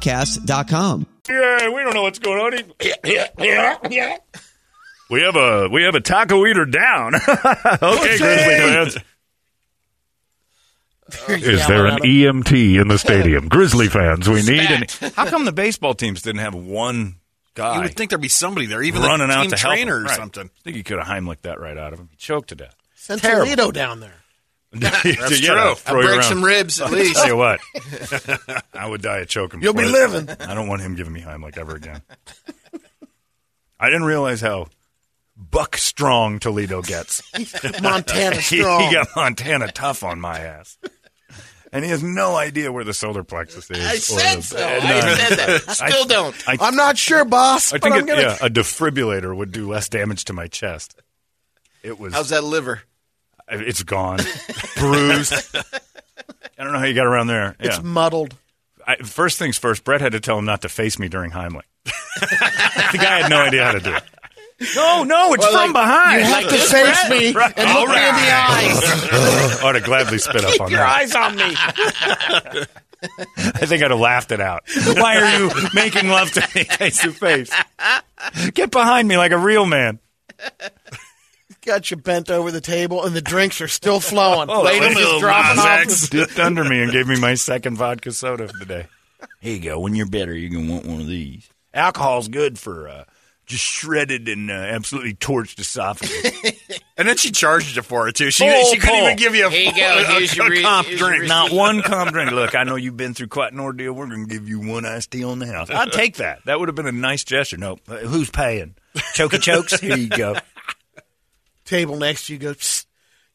S2: Yeah, we don't know what's going on. we have a we have a taco eater down. okay, Grizzly fans. Is there an EMT in the stadium? Grizzly fans, we need an. How come the baseball teams didn't have one guy
S3: You would think there'd be somebody there, even
S2: running
S3: the
S2: out
S3: team
S2: to help him?
S3: trainer or
S2: Right.
S3: something.
S2: I think he could have Heimlich that right out of him. He choked to death.
S4: Send Toledo down there.
S2: That's
S3: true.
S5: I'll break some ribs at least.
S2: Tell you what, I would die of choking.
S4: You'll be
S2: before-
S4: living.
S2: I don't want him giving me Heimlich ever again. I didn't realize how buck strong Toledo gets.
S4: Montana
S2: He, he
S4: strong.
S2: got Montana tough on my ass. And he has no idea where the solar plexus is.
S5: I
S2: or
S5: said
S2: the-
S5: so.
S2: and,
S5: I
S2: uh,
S5: said that. I still don't.
S2: I,
S4: I'm not sure, boss.
S2: I
S4: but
S2: think
S4: I'm
S2: it-
S4: gonna-
S2: yeah, a defibrillator would do less damage to my chest. It was.
S5: How's that liver?
S2: It's gone, bruised. I don't know how you got around there.
S4: It's
S2: Yeah.
S4: muddled.
S2: I, first things first, Brett had to tell him not to face me during Heimlich. the guy had no idea how to do it. No, no, it's from behind.
S4: You have to face me and look me in the eyes.
S2: I'd have gladly spit up on
S4: Your
S2: that.
S4: eyes on me.
S2: I think I'd have laughed it out. Why are you making love to me face to face? Get behind me like a real man.
S4: Got you bent over the table, and the drinks are still flowing. Lady
S2: Oh, that was-
S4: just dropping off. the-
S2: Dipped under me and gave me my second vodka soda of the day. Here you go. When you're better, you're gonna want one of these. Alcohol's good for uh, just shredded and uh, absolutely torched esophagus.
S3: And then she charged you for it too. She,
S2: Full
S3: she couldn't
S2: pull.
S3: even give you a,
S5: Here you go.
S3: a- a-
S5: Here's your
S3: a
S5: re-
S3: comp
S5: here's your
S3: drink.
S5: re-
S2: Not one calm drink. Look, I know you've been through quite an ordeal. We're going to give you one iced tea on the house. I'd take that. That would have been a nice gesture. No, uh, who's paying? Chokey chokes. Here you go.
S4: table next to you goes, "Psst,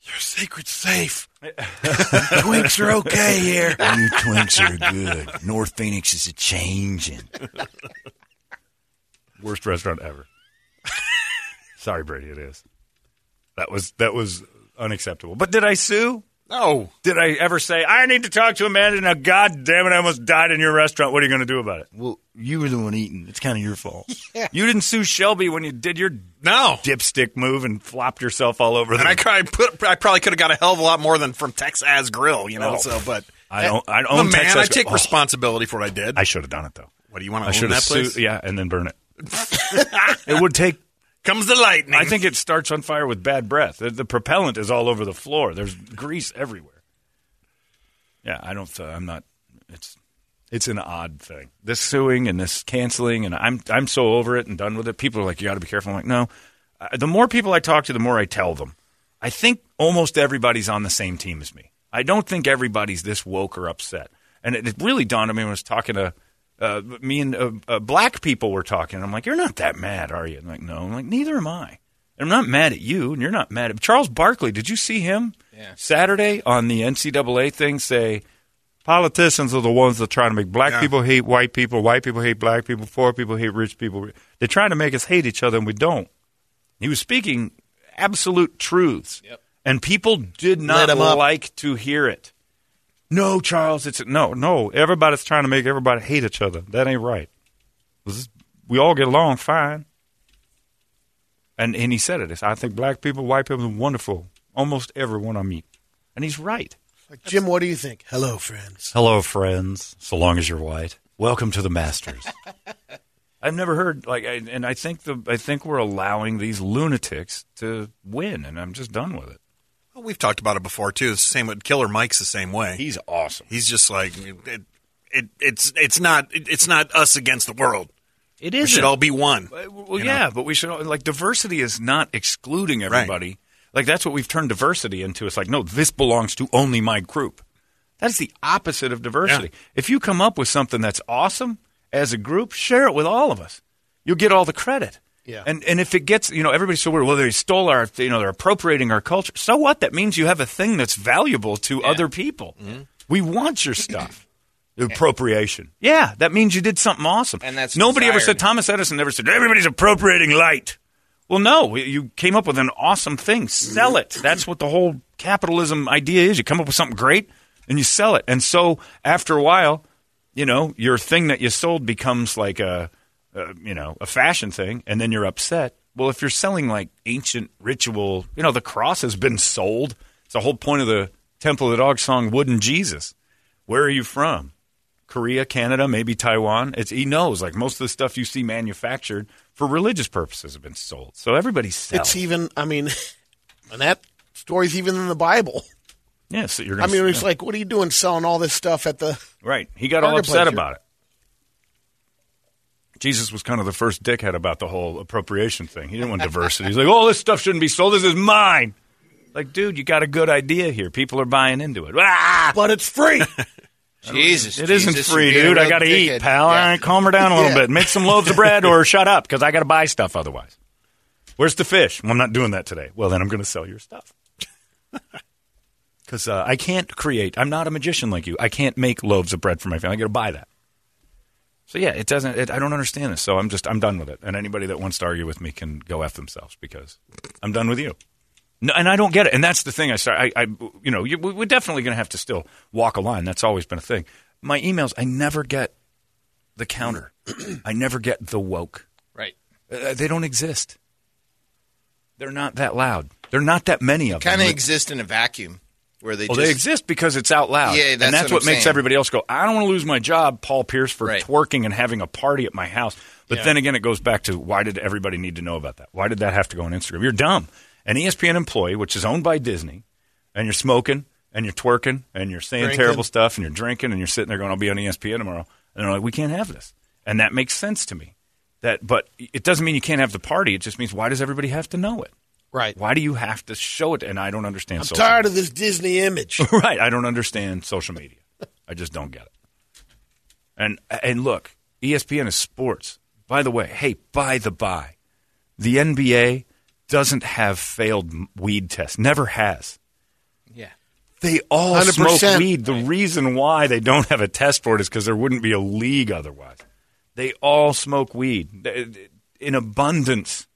S4: your secret's safe.
S2: Twinks are okay here. You twinks are good. North Phoenix is a changing. Worst restaurant ever. Sorry, Brady. It is. That was that was unacceptable. But did I sue?
S3: No.
S2: Did I ever say I need to talk to Amanda? Now, God damn it, I almost died in your restaurant. What are you going to do about it? Well, you were the one eating. It's kind of your fault. You didn't sue Shelby when you did your
S3: No.
S2: dipstick move and flopped yourself all over.
S3: And I
S2: the-
S3: probably put, I probably could have got a hell of a lot more than from Texas Grill, you know.
S2: Oh.
S3: So, but
S2: I don't. I
S3: I'm a
S2: don't.
S3: man, I
S2: Texas.
S3: take
S2: Oh,
S3: responsibility for what I did.
S2: I should have done it though.
S3: what do you want
S2: I
S3: to
S2: should
S3: own
S2: have
S3: that place?
S2: sued. Yeah, and then burn it. it would take.
S3: Comes the lightning.
S2: I think it starts on fire with bad breath. The, the propellant is all over the floor. There's grease everywhere. Yeah, I don't. Uh, I'm not. It's it's an odd thing. This suing and this canceling, and I'm I'm so over it and done with it. People are like, you got to be careful. I'm like, no. Uh, the more people I talk to, the more I tell them. I think almost everybody's on the same team as me. I don't think everybody's this woke or upset. And it, it really dawned on me when I was talking to uh, me and uh, uh, black people were talking. I'm like, you're not that mad, are you? And like, no. I'm like, neither am I. And I'm not mad at you, and you're not mad at Charles Barkley. Did you see him Saturday on the NCAA thing say? politicians are the ones that are trying to make black people hate white people, white people hate black people, poor people hate rich people. They're trying to make us hate each other, and we don't. He was speaking absolute truths, and people did not
S4: Lit 'em up.
S2: like to hear it. No, Charles, it's no, no. Everybody's trying to make everybody hate each other. That ain't right. This is- We all get along fine. And and he said it. He said, I think black people, white people, are wonderful. Almost everyone I meet, and he's right.
S4: Like, Jim, what do you think? Hello, friends.
S2: Hello, friends. So long as you're white, welcome to the Masters. I've never heard like, I, and I think the I think we're allowing these lunatics to win, and I'm just done with it.
S3: Well, we've talked about it before too. It's the same with Killer Mike's the same way.
S2: He's awesome.
S3: He's just like it, it, it's it's not it, it's not us against the world.
S2: It Uh,
S3: We should all be one.
S2: well,
S3: you know?
S2: yeah, but we should all, like diversity is not excluding everybody. Like that's what we've turned diversity into. It's like no, this belongs to only my group. That's the opposite of diversity. If you come up with something that's awesome as a group, share it with all of us. You'll get all the credit.
S4: Yeah.
S2: And and if it gets, you know, everybody's so worried. Well, they stole our, you know, they're appropriating our culture. So what? That means you have a thing that's valuable to other people.
S5: Mm-hmm.
S2: We want your stuff. Appropriation. Yeah, that means you did something awesome.
S5: And that's
S2: nobody ever said.
S5: desired.
S2: Thomas Edison never said everybody's appropriating light. Well, no, you came up with an awesome thing. Sell it. That's what the whole capitalism idea is. You come up with something great and you sell it. And so after a while, you know, your thing that you sold becomes like a, a you know, a fashion thing, and then you're upset. Well, if you're selling like ancient ritual, you know, the cross has been sold. It's the whole point of the Temple of the Dog song, Wooden Jesus. Where are you from? Korea, Canada, maybe Taiwan. It's he knows like most of the stuff you see manufactured for religious purposes have been sold. So everybody's selling.
S4: It's even, I mean, and that story's even in the Bible.
S2: yeah, so you're
S4: I
S2: gonna,
S4: mean, it's
S2: yeah.
S4: like, what are you doing selling all this stuff at the.
S2: right. He got all
S4: Target
S2: upset
S4: pleasure.
S2: about it. Jesus was kind of the first dickhead about the whole appropriation thing. He didn't want diversity. He's like, "Oh, this stuff shouldn't be sold. This is mine." Like, dude, you got a good idea here. People are buying into it. Ah!
S4: But it's free.
S5: Jesus,
S2: It isn't
S5: Jesus,
S2: free,
S5: you're being
S2: dude.
S5: a
S2: I
S5: real
S2: got to eat,
S5: dickhead.
S2: pal.
S5: Yeah.
S2: All right, calm her down a little
S4: Yeah.
S2: bit. Make some loaves of bread or shut up because I got to buy stuff otherwise. Where's the fish? Well, I'm not doing that today. Well, then I'm going to sell your stuff. Because uh, I can't create. I'm not a magician like you. I can't make loaves of bread for my family. I got to buy that. So yeah, it doesn't. It, I don't understand this. So I'm just I'm done with it. And anybody that wants to argue with me can go f themselves because I'm done with you. No, and I don't get it. And that's the thing. I start. I, I you know, you, we- we're definitely going to have to still walk a line. That's always been a thing. My emails, I never get the counter. I never get the woke.
S5: Right.
S2: Uh, they don't exist. They're not that loud. They're not that many of
S5: Kind
S2: them.
S5: of
S2: Like-
S5: exist in a vacuum where they
S2: well,
S5: just
S2: they exist because it's out loud.
S5: Yeah,
S2: and
S5: that's
S2: that's
S5: what
S2: what,
S5: I'm
S2: makes
S5: saying.
S2: everybody else go, I don't want to lose my job, Paul Pierce, for
S5: Right.
S2: twerking and having a party at my house. But then again, it goes back to why did everybody need to know about that? Why did that have to go on Instagram? You're dumb. An E ESPN employee, which is owned by Disney, and you're smoking and you're twerking and you're saying terrible stuff and you're drinking and you're sitting there going, I'll be on E ESPN tomorrow. And they're like, we can't have this. And that makes sense to me. That, but it doesn't mean you can't have the party. It just means why does everybody have to know it?
S4: right.
S2: Why do you have to show it? And I don't understand.
S4: I'm
S2: social
S4: tired of this Disney image.
S2: right. I don't understand social media. I just don't get it. And and look, E ESPN is sports. By the way, hey, by the by, the NBA doesn't have failed m- weed tests. Never has.
S5: Yeah.
S2: They all
S4: 100%.
S2: smoke weed. The reason why they don't have a test for it is because there wouldn't be a league otherwise. They all smoke weed They- in abundance.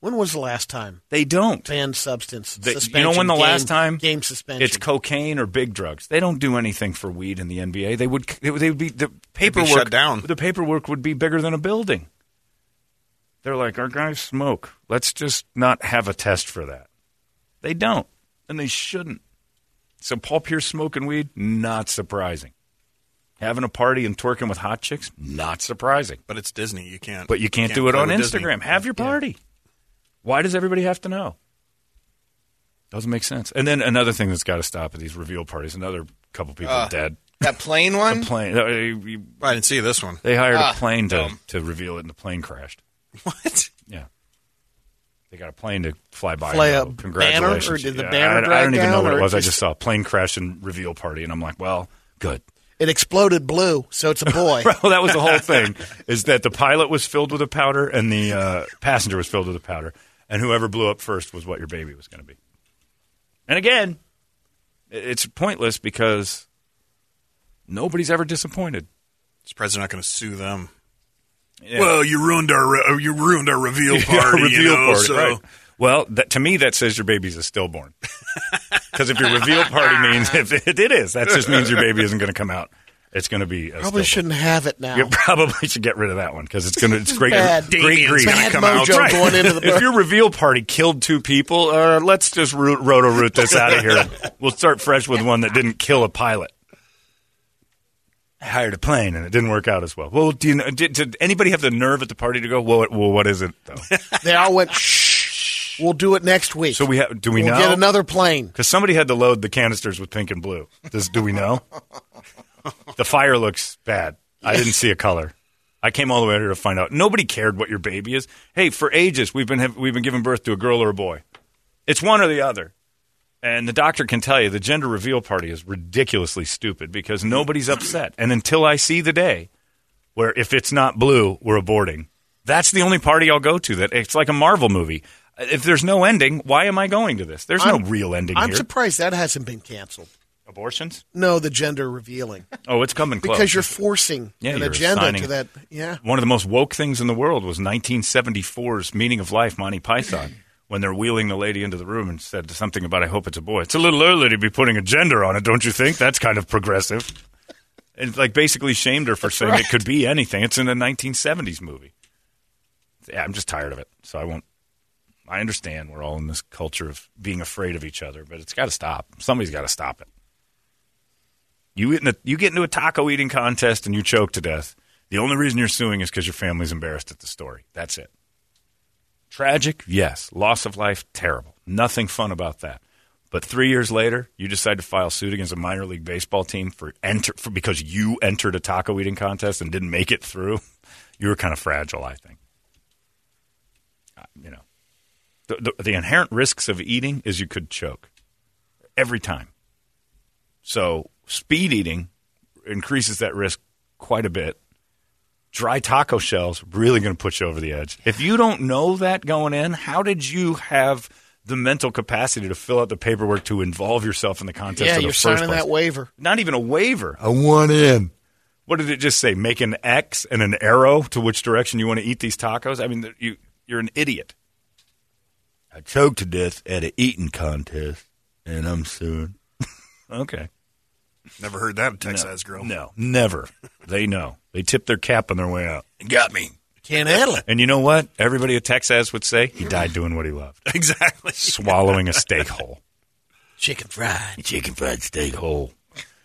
S4: When was the last time
S2: They don't.
S4: banned substance?
S2: They- you
S4: suspension,
S2: know when the
S4: game-
S2: last time
S4: game suspension?
S2: It's cocaine or big drugs. They don't do anything for weed in the NBA. They would they would be the paperwork
S3: shut down.
S2: The paperwork would be bigger than a building. They're like our guys smoke. Let's just not have a test for that. They don't, and they shouldn't. So Paul Pierce smoking weed, not surprising. Having a party and twerking with hot chicks, not surprising.
S3: But it's Disney. You can't.
S2: But you can't, do it
S3: play
S2: on
S3: with Disney.
S2: Instagram. Have your
S3: Yeah.
S2: party. Why does everybody have to know? Doesn't make sense. And then another thing that's got to stop at these reveal parties. Another couple people
S4: Uh,
S2: dead.
S5: That plain one?
S2: Plane. They,
S3: I didn't see this one.
S2: they hired
S4: Ah,
S2: a plane to, to reveal it, and the plane crashed.
S3: What?
S2: Yeah. They got a plane to fly by.
S4: Fly
S2: and
S4: a
S2: go, Congratulations.
S4: banner, or did the
S2: Yeah,
S4: banner
S2: I, I
S4: drag
S2: don't even know
S4: down,
S2: what it
S4: or
S2: was. I
S4: just-
S2: just saw a plane crash and reveal party, and I'm like, well, good.
S4: It exploded blue, so it's a boy.
S2: Well, that was the whole thing. Is that the pilot was filled with a powder and the uh, passenger was filled with a powder, and whoever blew up first was what your baby was going to be. And again, i- it's pointless because nobody's ever disappointed.
S3: Surprised they're not going to sue them.
S2: Yeah.
S3: Well, you ruined our re- uh, you ruined our reveal
S2: Yeah,
S3: party.
S2: reveal
S3: you know,
S2: party,
S3: so
S2: right. Well, that, to me, that says your baby's a stillborn. Because if your reveal party means if it, it is, that just means your baby isn't going to come out. It's going to be a stillborn.
S4: Probably shouldn't have it now.
S2: You probably should get rid of that one because it's going to it's great
S4: Bad.
S2: great
S3: Damien's
S2: grief.
S3: gonna
S4: Bad
S3: come out.
S4: mojo
S2: Right.
S4: going into the
S2: if your reveal party killed two people, uh, let's just root, roto root this out of here. We'll start fresh with one that didn't kill a pilot. I hired a plane and it didn't work out as well. Well, do you know, did, did anybody have the nerve at the party to go? Well, it- well what is it though?
S4: They all went, shh, we'll do it next week.
S2: So we have. Do we
S4: will
S2: know?
S4: get another plane.
S2: Because somebody had to load the canisters with pink and blue. Does do we know? the fire looks bad. I didn't see a color. I came all the way out here to find out. Nobody cared what your baby is. Hey, for ages we've been have, we've been giving birth to a girl or a boy. It's one or the other. And the doctor can tell you the gender reveal party is ridiculously stupid because nobody's upset. And until I see the day where if it's not blue, we're aborting. That's the only party I'll go to. That it's like a Marvel movie. If there's no ending, why am I going to this? There's
S4: I'm-
S2: no real ending
S4: I'm
S2: here.
S4: surprised that hasn't been canceled.
S2: Abortions?
S4: No, the gender revealing.
S2: Oh, it's coming close.
S4: Because you're forcing
S2: Yeah,
S4: an
S2: you're
S4: agenda
S2: assigning-
S4: to that. Yeah.
S2: One of the most woke things in the world was 1974's Meaning of Life, Monty Python, when they're wheeling the lady into the room and said something about, I hope it's a boy. It's a little early to be putting a gender on it, don't you think? That's kind of progressive. And like basically shamed her for saying it could be anything. It's in a 1970s movie. Yeah, I'm just tired of it. So I won't. I understand we're all in this culture of being afraid of each other, but it's got to stop. Somebody's got to stop it. You get, in a, you get into a taco eating contest and you choke to death. The only reason you're suing is because your family's embarrassed at the story. That's it. Tragic, yes. Loss of life, terrible. Nothing fun about that. But three years later, you decide to file suit against a minor league baseball team for enter for, because you entered a taco eating contest and didn't make it through. You were kind of fragile, I think. Uh, you know, the, the, the inherent risks of eating is you could choke every time. So speed eating increases that risk quite a bit. Dry taco shells really going to put you over the edge. If you don't know that going in, how did you have the mental capacity to fill out the paperwork to involve yourself in the contest?
S4: Yeah,
S2: in the
S4: you're
S2: first
S4: signing
S2: place?
S4: that waiver.
S2: Not even a waiver. A one in. What did it just say? Make an X and an arrow to which direction you want to eat these tacos? I mean, th- you you're an idiot. I choked to death at an eating contest, and I'm suing. okay.
S3: Never heard that in Texas girl.
S2: No, never. they know. They tip their cap on their way out.
S3: Got me.
S4: Can't handle it.
S2: And you know what? Everybody at Texas would say he died doing what he loved,
S3: Exactly.
S2: swallowing a steak whole.
S4: Chicken fried.
S7: Chicken fried steak whole.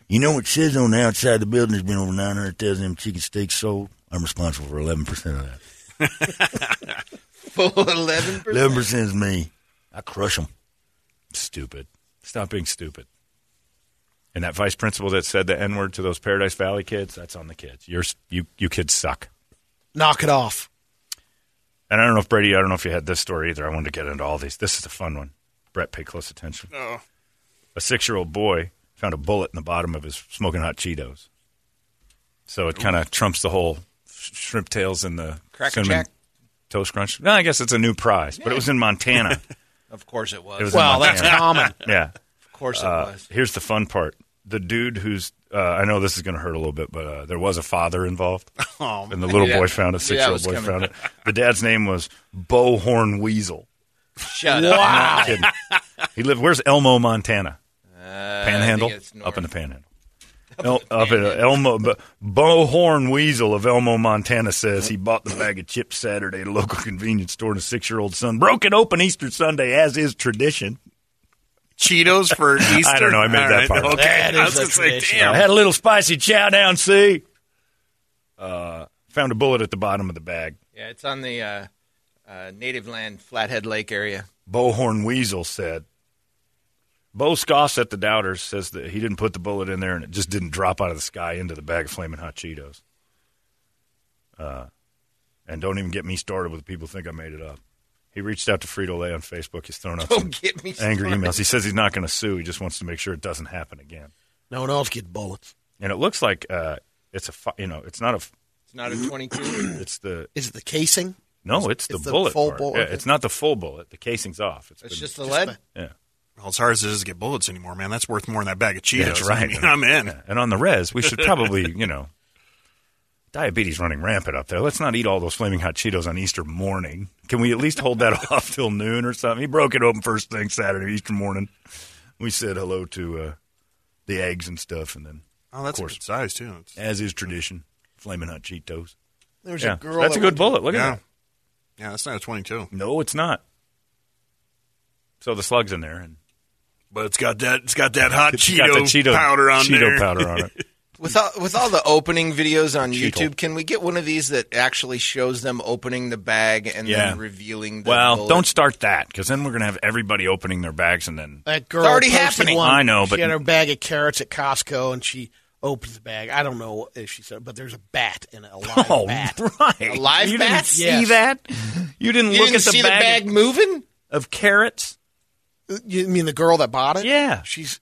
S7: You know it says on the outside of the building there's been over 900,000 of them chicken steaks sold. I'm responsible for 11% of that.
S5: Full 11%.
S7: 11% is me. I crush them.
S2: Stupid. Stop being stupid. And that vice principal that said the N word to those Paradise Valley kids, that's on the kids. You're, you, you kids suck.
S4: Knock it off.
S2: And I don't know if Brady, I don't know if you had this story either. I wanted to get into all these. This is a fun one. Brett, pay close attention.
S3: Oh.
S2: A six year old boy found a bullet in the bottom of his smoking hot Cheetos. So it kind of trumps the whole sh- shrimp tails and the
S5: Cracker
S2: cinnamon
S5: Jack?
S2: toast crunch. No, I guess it's a new prize, but it was in Montana.
S5: Of course it was.
S2: It was in
S4: Well, that's
S2: Montana.
S4: common.
S2: yeah.
S5: of course it
S2: Uh,
S5: was.
S2: here's the fun part. The dude who's, uh, I know this is going to hurt a little bit, but uh, there was a father involved.
S3: Oh,
S2: and the little
S5: Yeah.
S2: boy found it,
S5: Yeah,
S2: six
S5: that
S2: year old
S5: was
S2: boy
S5: coming.
S2: found it. The dad's name was Bo Horn Weasel.
S5: Shut up.
S2: Wow. he lived, where's Elmo, Montana? Panhandle?
S5: Uh, it's north.
S2: Up in the panhandle. El, up in Elmo, Bo- Bo Horn Weasel of Elmo, Montana says he bought the bag of chips Saturday at a local convenience store and a six year old son broke it open Easter Sunday, as is tradition.
S3: Cheetos for Easter?
S2: I don't know. I made
S3: All
S2: that part up.
S3: Okay.
S2: That
S3: I
S2: is
S3: was
S2: a
S3: going to say,
S2: tradition.
S3: damn.
S2: I had a little spicy chow down, see? Uh, found a bullet at the bottom of the bag.
S5: Yeah, it's on the uh, uh, native land, Flathead Lake area.
S2: Bullhorn Weasel said. Bo scoffs at the doubters, says that he didn't put the bullet in there and it just didn't drop out of the sky into the bag of flaming hot Cheetos. Uh, and don't even get me started with people who think I made it up. He reached out to Frito Lay on Facebook. He's thrown out
S5: Don't
S2: some
S5: get me
S2: angry
S5: started.
S2: emails. He says he's not going to sue. He just wants to make sure it doesn't happen again.
S4: No one else gets bullets.
S2: And it looks like uh, it's a fi- you know it's not a f-
S5: It's not a 22.
S2: it's the
S4: Is it the casing?
S2: no it's, the,
S4: It's the
S2: bullet
S4: full
S2: part.
S4: bullet.
S2: Yeah, it's not the full bullet. The casing's off. It's
S5: It's
S2: been-
S5: just the lead.
S2: yeah.
S3: Well, as hard as it is to get bullets anymore, man, that's worth more than that bag of Cheetos.
S2: Yeah, that's right.
S3: I mean, I'm in.
S2: Yeah, And on the res, we should probably, you know, diabetes running rampant up there. Let's not eat all those flaming hot Cheetos on Easter morning. Can we at least hold that off till noon or something? He broke it open first thing Saturday, Easter morning. We said hello to uh, the eggs and stuff, and then,
S3: Oh, that's
S2: Of
S3: a
S2: course.
S3: good size, too. It's-
S2: as is tradition, flaming hot Cheetos.
S4: There was
S2: Yeah,
S4: a girl.
S2: that's a
S4: that
S2: good
S4: went-
S2: bullet. Look
S3: yeah.
S2: at
S3: Yeah, that's not a 22.
S2: that. No, it's not. So the slug's in there, and
S3: But it's got that it's got that hot
S2: It's
S3: Cheeto,
S2: got the Cheeto
S3: powder on
S2: Cheeto
S3: there.
S2: powder on it.
S5: With all, with all the opening videos on
S2: Cheetle.
S5: YouTube, can we get one of these that actually shows them opening the bag and
S2: Yeah.
S5: then revealing the
S2: well,
S5: bullet?
S2: don't start that because then we're going to have everybody opening their bags, and then
S4: That girl.
S5: already
S4: posted
S5: happening.
S4: One.
S2: I know, but-
S4: she had her bag of carrots at Costco, and she opened the bag. I don't know if she said, but there's a bat in it, a live
S2: Oh,
S4: bat.
S2: right.
S5: A live
S2: you
S5: bat?
S2: didn't see
S4: Yes.
S2: that? You didn't
S5: You
S2: look
S5: didn't
S2: at the
S5: see
S2: bag,
S5: the bag moving?
S2: of carrots?
S4: You mean the girl that bought it?
S2: Yeah.
S4: she's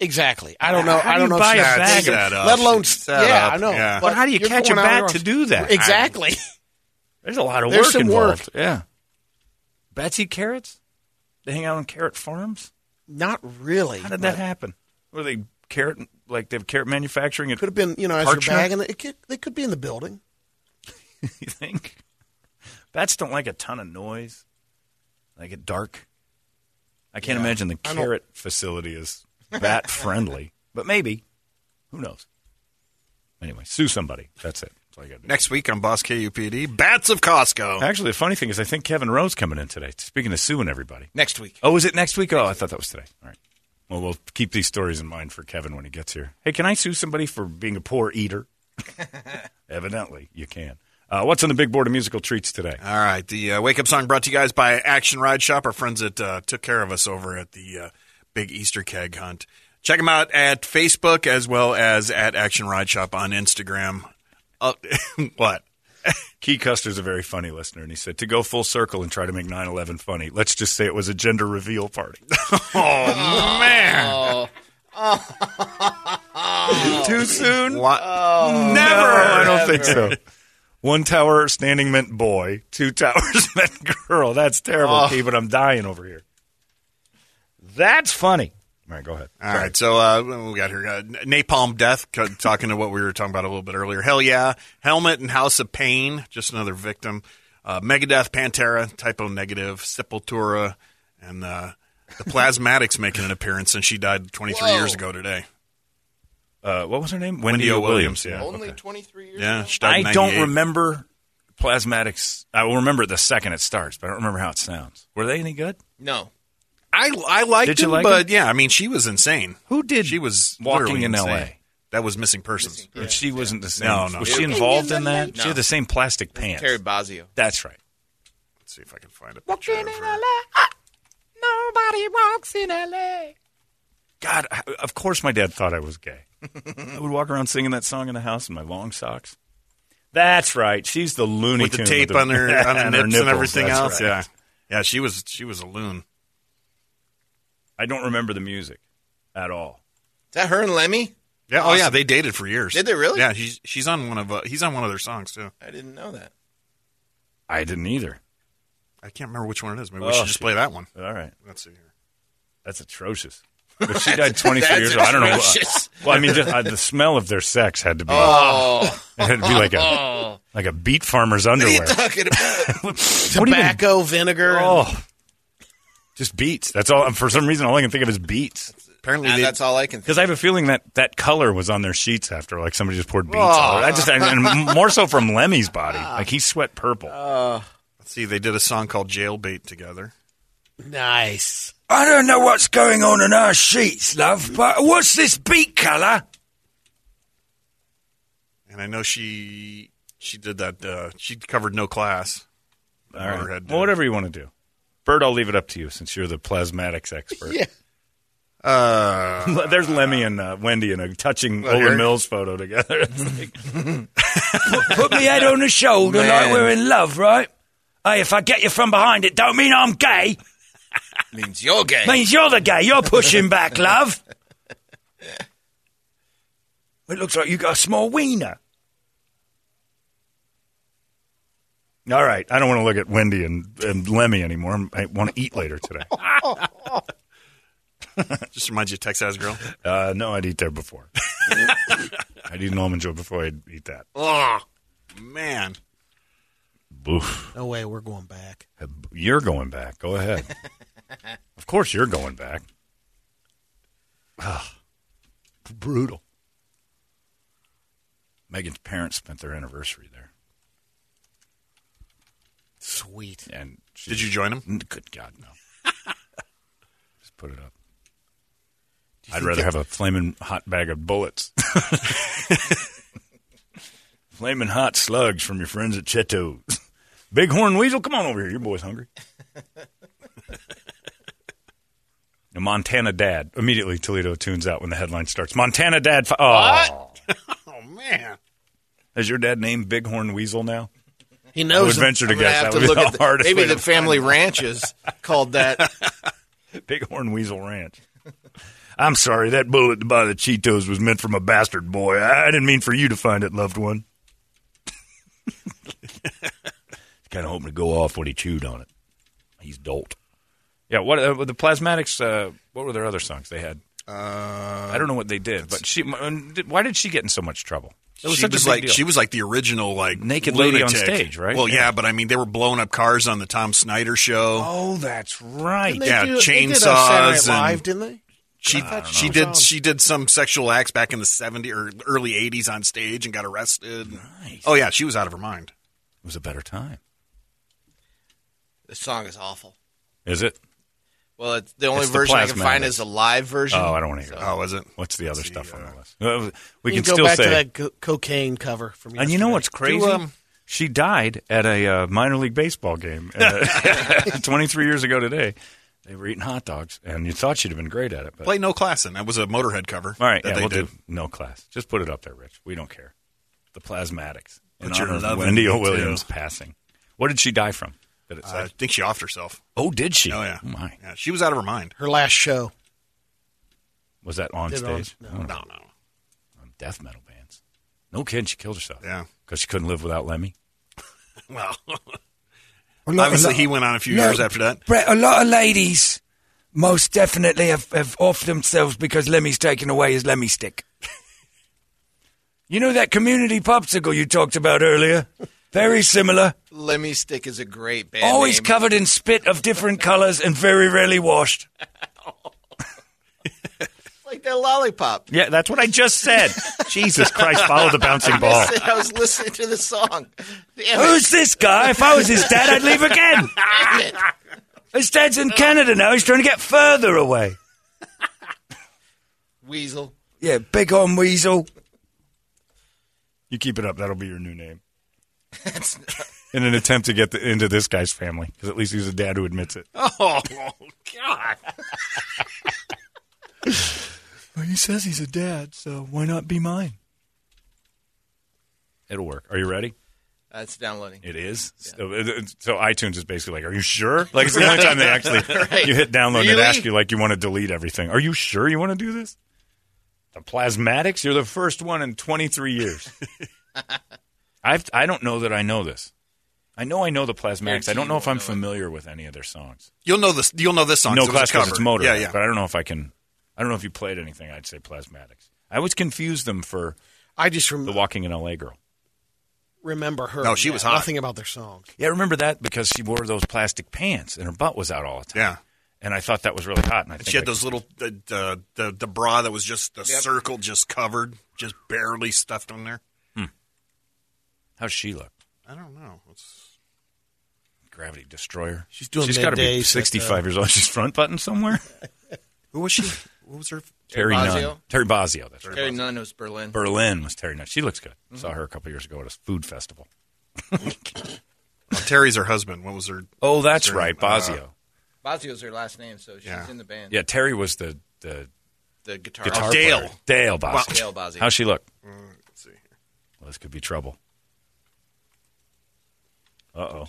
S4: exactly. I don't know.
S2: How do
S4: I
S2: you
S4: don't know. if
S2: buy
S4: she
S2: a
S4: had
S2: bag
S4: thinking,
S2: of-
S3: Set up.
S4: let alone
S3: Set
S4: yeah.
S3: up.
S4: I know.
S3: Yeah.
S2: But how do you
S4: you're
S2: catch a
S4: going out
S2: bat
S4: your
S2: to
S4: own-
S2: do that?
S4: Exactly.
S2: There's a lot of
S4: There's
S2: work
S4: some work.
S2: involved. Yeah. Bats eat carrots? They hang out on carrot farms?
S4: Not really.
S2: How did that happen? Were they carrot like they have carrot manufacturing? It
S4: Could have been, you know, as
S2: Parchment?
S4: your bag, and it could, they could be in the building.
S2: you think? Bats don't like a ton of noise. Like at dark. I can't imagine the
S4: don't-
S2: carrot facility is bat friendly. But maybe. Who knows? Anyway, sue somebody. That's it. That's all you gotta do.
S3: Next week on Boss KUPD, Bats of Costco.
S2: Actually, the funny thing is, I think Kevin Rowe's coming in today. Speaking of suing everybody.
S5: Next week.
S2: Oh, is it next week? Oh, I thought that was today. All right. Well, we'll keep these stories in mind for Kevin when he gets here. Hey, can I sue somebody for being a poor eater? Evidently, you can. Uh, what's on the big board of musical treats today?
S3: All right, the uh, wake up song brought to you guys by Action Ride Shop, our friends that uh, took care of us over at the uh, Big Easter Keg Hunt. Check them out at Facebook as well as at Action Ride Shop on Instagram. Uh, what?
S2: Key Custer's a very funny listener, and he said, to go full circle and try to make 9 11 funny, let's just say it was a gender reveal party.
S3: Oh man!
S2: Too soon?
S3: What?
S2: Never. I don't think so. One tower standing meant boy. Two towers meant girl. That's terrible, Key, but I'm dying over here. That's funny. All right, go ahead.
S3: All right, so uh, what we got here uh, Napalm Death, c- talking to what we were talking about a little bit earlier. Hell yeah, Helmet and House of Pain, just another victim. Uh, Megadeth, Pantera, Typo Negative, Sepultura, and uh, the Plasmatics making an appearance, and she died 23 years ago today.
S2: Uh, what was her name?
S3: Wendy O. Williams.
S2: Yeah.
S5: Only 23 years
S3: Yeah, she died. in
S2: I don't
S3: 98.
S2: remember Plasmatics. I will remember the second it starts, but I don't remember how it sounds. Were they any good?
S5: No.
S3: I I liked
S2: Did you
S3: him,
S2: like
S3: but
S2: him?
S3: yeah, I mean, she was insane.
S2: Who did
S3: She was
S2: Walking
S3: literally
S2: in
S3: insane.
S2: L.A.?
S3: That was missing persons.
S2: But she wasn't the same.
S3: No, no.
S2: Was she involved in that? She had the same plastic pants.
S5: Terry Bozzio.
S2: That's right.
S3: Let's see if I can find a picture of her.
S6: Nobody walks in L.A.
S2: God, I- of course my dad thought I was gay. I would walk around singing that song in the house in my long socks. That's right. She's the loony
S3: with the
S2: Tune
S3: tape on her on her
S2: and
S3: nips
S2: nipples.
S3: and everything
S2: That's
S3: else.
S2: right.
S3: Yeah, yeah. She was she was a loon.
S2: I don't remember the music at all.
S5: Is that her and Lemmy?
S3: Yeah. Oh yeah. They dated for years.
S5: Did they really?
S3: Yeah. She's she's on one of uh, he's on one of their songs too.
S5: I didn't know that.
S2: I didn't either.
S3: I can't remember which one it is. Maybe
S2: Oh,
S3: we should just
S2: shit.
S3: play that one.
S2: All right.
S3: Let's see here.
S2: That's atrocious. But she died 23 years ago. I don't know.
S5: atrocious.
S2: well, I mean, just, uh, the smell of their sex had to be.
S5: Oh.
S2: It had to be like a
S8: Oh.
S2: like a beet farmer's underwear.
S5: Talking about
S2: What do you mean?
S4: Tobacco, vinegar. and-
S2: Oh, just beets. That's all. For some reason, all I can think of is beets.
S3: Apparently,
S5: Nah,
S3: they,
S5: that's all I can think.
S2: Because I have a feeling that that color was on their sheets after, like somebody just poured beets. all over. I just, I, and more so from Lemmy's body.
S8: Ah.
S2: Like he sweat purple.
S3: let's see. They did a song called Jailbait together.
S4: Nice.
S8: I don't know what's going on in our sheets, love, but what's this beak colour?
S3: And I know she she did that. Uh, she covered no class.
S2: All right. Well, whatever you want to do. Bert, I'll leave it up to you since you're the plasmatics expert.
S4: Yeah.
S2: Uh, There's Lemmy and uh, Wendy in a touching
S8: Well,
S2: Olin
S8: Eric-
S2: Mills photo together. It's like-
S8: put, put me head on the shoulder like
S2: Man.
S8: we're in love, right? Hey, if I get you from behind, it don't mean I'm gay.
S5: Means you're gay.
S8: Means you're the gay. You're pushing back, love. It looks like you got a small wiener.
S2: All right. I don't want to look at Wendy and, and Lemmy anymore. I want to eat later today.
S3: Just reminds you of Texas girl.
S2: Uh, no, I'd eat there before. I'd eat an almond joy before I'd eat that.
S3: Oh man.
S2: Boof.
S4: No way, we're going back.
S2: You're going back. Go ahead. of course, you're going back. Ugh. Brutal. Megan's parents spent their anniversary there.
S4: Sweet.
S2: And she-
S3: Did you join them?
S2: Good God, no. Just put it up.
S4: you
S2: I'd
S4: think
S2: rather
S4: that-
S2: have a flaming hot bag of bullets. flaming hot slugs from your friends at Cheto's. Bighorn weasel, come on over here. Your boy's hungry. The Montana dad. Immediately, Toledo tunes out when the headline starts. Montana dad. Fi- oh,
S3: Oh man.
S2: is your dad named Bighorn Weasel now?
S4: He
S2: I
S4: knows
S2: would
S4: him.
S2: venture to
S5: I'm gonna
S2: guess
S5: have
S2: that
S5: to
S2: would be
S5: look
S2: the
S5: at the,
S2: hardest.
S5: maybe
S2: way
S5: the
S2: to
S5: family ranch is called that.
S2: Bighorn Weasel Ranch. I'm sorry, that bullet to buy the Cheetos was meant from a bastard boy. I I didn't mean for you to find it, loved one. kind of hoping to go off when he chewed on it. He's dolt. Yeah, what uh, the Plasmatics? Uh, what were their other songs they had?
S3: Uh,
S2: I don't know what they did, but she. m- uh, did- Why did she get in so much trouble? It
S3: she
S2: such a
S3: was
S2: big
S3: like
S2: deal.
S3: she was like the original like
S2: Naked lady on
S3: lunatic.
S2: stage, right?
S3: Well, yeah.
S2: Yeah.
S3: but I mean they were blowing up cars on the Tom Snyder show.
S2: Oh, that's right.
S4: Didn't they
S3: yeah,
S4: do- they did a Saturday
S3: chainsaws
S4: Night
S3: and-
S4: Live, didn't they?
S3: She
S4: I don't
S3: she
S4: know.
S3: did she did some sexual acts back in the 70s or early 80s on stage and got arrested. Oh yeah, she was out of her mind.
S2: It was a better time.
S5: the song is awful.
S2: Is it?
S5: Well, it's, the only
S2: It's the
S5: version I can find
S2: Plasmatics.
S5: is the live version.
S2: Oh, I don't want to hear. that.
S3: Oh, was it?
S2: What's the other stuff on the list? Uh, We
S4: You
S2: can
S4: go
S2: still
S4: back
S2: say
S4: to that co- cocaine cover from yesterday.
S2: And you know what's crazy?
S3: um,
S2: she died at a uh, minor league baseball game uh, 23 years ago today. They were eating hot dogs, and you thought she'd have been great at it. But
S3: Play No Classin. That was a Motorhead cover.
S2: all right,
S3: that
S2: yeah,
S3: they
S2: we'll
S3: did.
S2: do no class. Just put it up there, Rich. We don't care. The Plasmatics. In
S3: But you're
S2: honor of
S3: loving
S2: Wendy
S3: me,
S2: O.
S3: too.
S2: Williams passing. What did she die from? Did it
S3: Uh,
S2: say?
S3: I think she offed herself.
S2: oh, did she?
S3: Oh yeah.
S2: Oh, my.
S3: Yeah, she was out of her mind.
S4: Her last show.
S2: Was that on
S4: Did it on-
S2: stage?
S4: no.
S2: I don't know.
S3: No, no.
S2: On Death metal bands. No kidding. She killed herself.
S3: Yeah.
S2: Because she couldn't live without Lemmy.
S3: Well, obviously he went on a few
S8: No.
S3: years after that.
S8: Brett, a lot of ladies most definitely have, have offed themselves because Lemmy's taken away his Lemmy stick. you know that community popsicle you talked about earlier? Very similar.
S5: Lemmy Stick is a great band.
S8: Always
S5: name.
S8: covered in spit of different colors and very rarely washed.
S5: like that lollipop.
S2: Yeah, that's what I just said. Jesus Christ, follow the bouncing ball.
S5: I said I was listening to the song. Damn it.
S8: Who's this guy? If I was his dad, I'd leave again. His dad's in Canada now. He's trying to get further away.
S5: Weasel.
S8: Yeah, big on weasel.
S2: You keep it up. That'll be your new name.
S5: That's not-
S2: in an attempt to get the, into this guy's family because at least he's a dad who admits it. Oh God! well, he says he's a dad, so why not be mine? It'll work. Are you ready?
S5: that's downloading.
S2: It is. So, it- so iTunes is basically like, "Are you sure?" Like it's the only time they actually you hit download and it
S5: Really?
S2: asks you like you want to delete everything. Are you sure you want to do this? The Plasmatics. You're the first one in 23 years. I've I don't know that I know this. I know I know the Plasmatics. I don't know if I'm familiar with any of their songs.
S3: You'll know this. You'll know this song.
S2: no
S3: 'cause it was
S2: class
S3: a
S2: 'cause
S3: cover.
S2: it's Motorhead.
S3: Yeah, yeah.
S2: But I don't know if I can. I don't know if you played anything. I'd say Plasmatics. I always confuse them for
S4: I just rem-
S2: the Walking in L.A. girl.
S4: remember her.
S3: No, she was hot.
S4: Nothing about their songs.
S2: Yeah, I remember that because she wore those plastic pants and her butt was out all the time.
S3: Yeah.
S2: and I thought that was really hot. And I think
S3: She had
S2: I-
S3: those little the the, the the bra that was just the circle just covered, just barely stuffed on there.
S2: How's she look?
S3: I don't know. It's
S2: Gravity Destroyer.
S4: She's doing
S2: She's gotta be
S4: middays at,
S2: 65
S4: uh,
S2: years old. She's front button somewhere.
S3: Who was she? What was her?
S2: Terry Nunn.
S5: Bozzio?
S2: Terry Bozzio. That's right.
S5: Terry Nunn was Berlin.
S2: Berlin was Terry Nunn. She looks good. Saw her a couple years ago at a food festival.
S3: Well, Oh, Terry's her husband. What was her?
S2: Oh, that's
S3: her-
S2: right, Bozzio.
S5: Bozzio's her last name, so she's
S3: Yeah.
S5: in the band.
S2: yeah, Terry was the the
S5: The guitar.
S2: guitar
S3: Oh, Dale.
S2: player. Dale Bozzio.
S3: Wow.
S5: Dale Bozzio.
S2: How's she look?
S3: Uh, let's see.
S2: Well, this could be trouble. Uh oh.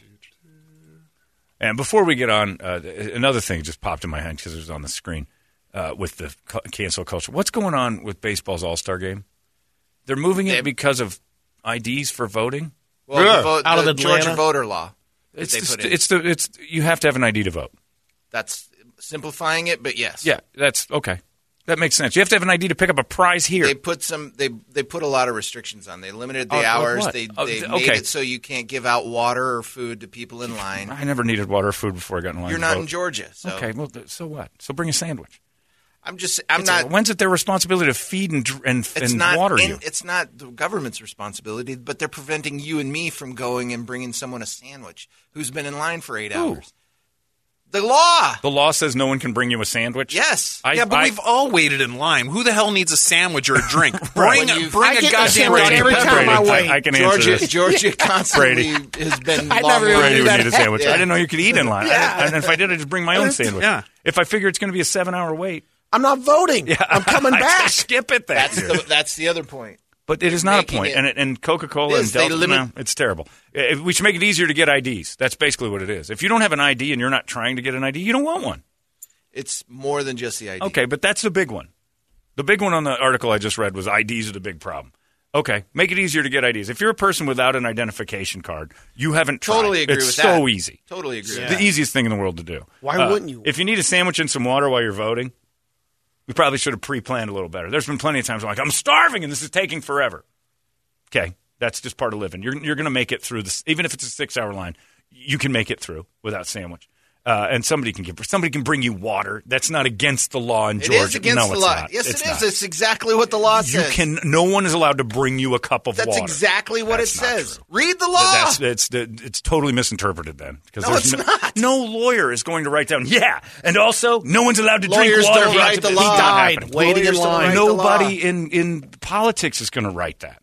S2: And before we get on, uh, th- another thing just popped in my head because it was on the screen uh, with the cu- cancel culture. What's going on with baseball's All Star game? They're moving it because of IDs for voting.
S5: Well,
S4: Yeah.
S5: the vote,
S4: Out of
S5: the
S4: Atlanta.
S5: Georgia voter law. that
S2: It's
S5: they
S2: the,
S5: put
S2: st-
S5: in.
S2: it's the it's you have to have an ID to vote.
S5: That's simplifying it, but yes.
S2: Yeah, that's okay. That makes sense. You have to have an ID to pick up a prize here.
S5: They put some. They they put a lot of restrictions on. They limited the
S2: Oh, like
S5: hours.
S2: what?
S5: They
S2: Oh,
S5: they
S2: th-
S5: made
S2: okay.
S5: it so you can't give out water or food to people in line.
S2: I never needed water or food before I got in line.
S5: You're
S2: to
S5: not
S2: vote.
S5: in Georgia, so
S2: Okay, well, th- so what? So bring a sandwich.
S5: I'm just. I'm
S2: It's- uh,
S5: not.
S2: When's it their responsibility to feed and dr- and,
S5: it's
S2: and
S5: not
S2: water
S5: in-
S2: you?
S5: It's not the government's responsibility, but they're preventing you and me from going and bringing someone a sandwich who's been in line for eight
S2: Who?
S5: hours. The law.
S2: The law says no one can bring you a sandwich.
S5: Yes.
S2: I,
S3: yeah, but
S2: I-
S3: we've all waited in line. Who the hell needs a sandwich or a drink?
S5: Right.
S3: Bring,
S5: When you-
S3: a, bring
S4: I
S3: a
S4: get a
S3: goddamn
S4: sandwich
S3: Dr.
S4: every
S3: Pepper.
S4: time I
S2: Brady,
S4: wait.
S2: I, can answer
S5: Georgia,
S2: this.
S5: Georgia constantly has been.
S4: I
S5: long
S4: never even
S5: line.
S2: Brady would
S4: that.
S2: need a sandwich.
S5: Yeah.
S2: I didn't know you could eat in line.
S4: Yeah.
S2: I didn't- and if I did, I'd just bring my own sandwich.
S3: yeah.
S2: If I figure it's going to be a seven-hour wait,
S4: I'm not voting. I'm coming
S2: I
S4: back.
S2: skip it. That
S5: That's
S2: year.
S5: the, that's the other point.
S2: But it is not a
S5: making
S2: point.
S5: it-
S2: And, it- and Coca Cola
S5: It
S2: and
S5: is. They
S2: Delta,
S5: limit-
S2: no, it's terrible. Eh, we should make it easier to get IDs. That's basically what it is. If you don't have an ID and you're not trying to get an ID, you don't want one.
S5: It's more than just the idea.
S2: Okay, but that's the big one. The big one on the article I just read was IDs are the big problem. Okay, make it easier to get IDs. If you're a person without an identification card, you haven't tried.
S5: Totally agree
S2: it's
S5: with
S2: so
S5: that.
S2: easy.
S5: Totally agree.
S2: It's
S5: with
S2: The easiest thing in the world to do. Uh,
S4: Why wouldn't you?
S2: If you need a sandwich and some water while you're voting, we probably should have pre-planned a little better. There's been plenty of times I'm like, I'm starving and this is taking forever. Okay, that's just part of living. You're you're going to make it through this, even if it's a six-hour line. You can make it through without sandwich, uh, and somebody can give somebody can bring you water. That's not against the law in
S5: It
S2: Georgia.
S5: is against
S2: no,
S5: the
S2: it's
S5: law.
S2: not.
S5: Yes,
S2: it's
S5: it
S2: not.
S5: is. It's exactly what the law
S2: You
S5: says.
S2: can. No one is allowed to bring you a cup of
S5: that's
S2: water.
S5: exactly what
S2: That's
S5: it
S2: not
S5: says.
S2: true.
S5: Read the
S2: Th-
S5: law.
S2: That's it's it's totally misinterpreted then because
S5: No,
S2: there's
S5: it's
S2: no,
S5: not.
S2: no lawyer is going to write down yeah and also no one's allowed to drink
S5: Lawyers
S2: water.
S5: don't
S2: without
S5: write the
S2: it's
S5: law.
S2: not happening.
S4: Waiting in
S5: Lawyers don't
S4: line.
S5: write the
S2: Nobody
S5: law.
S2: in in politics is going to write that.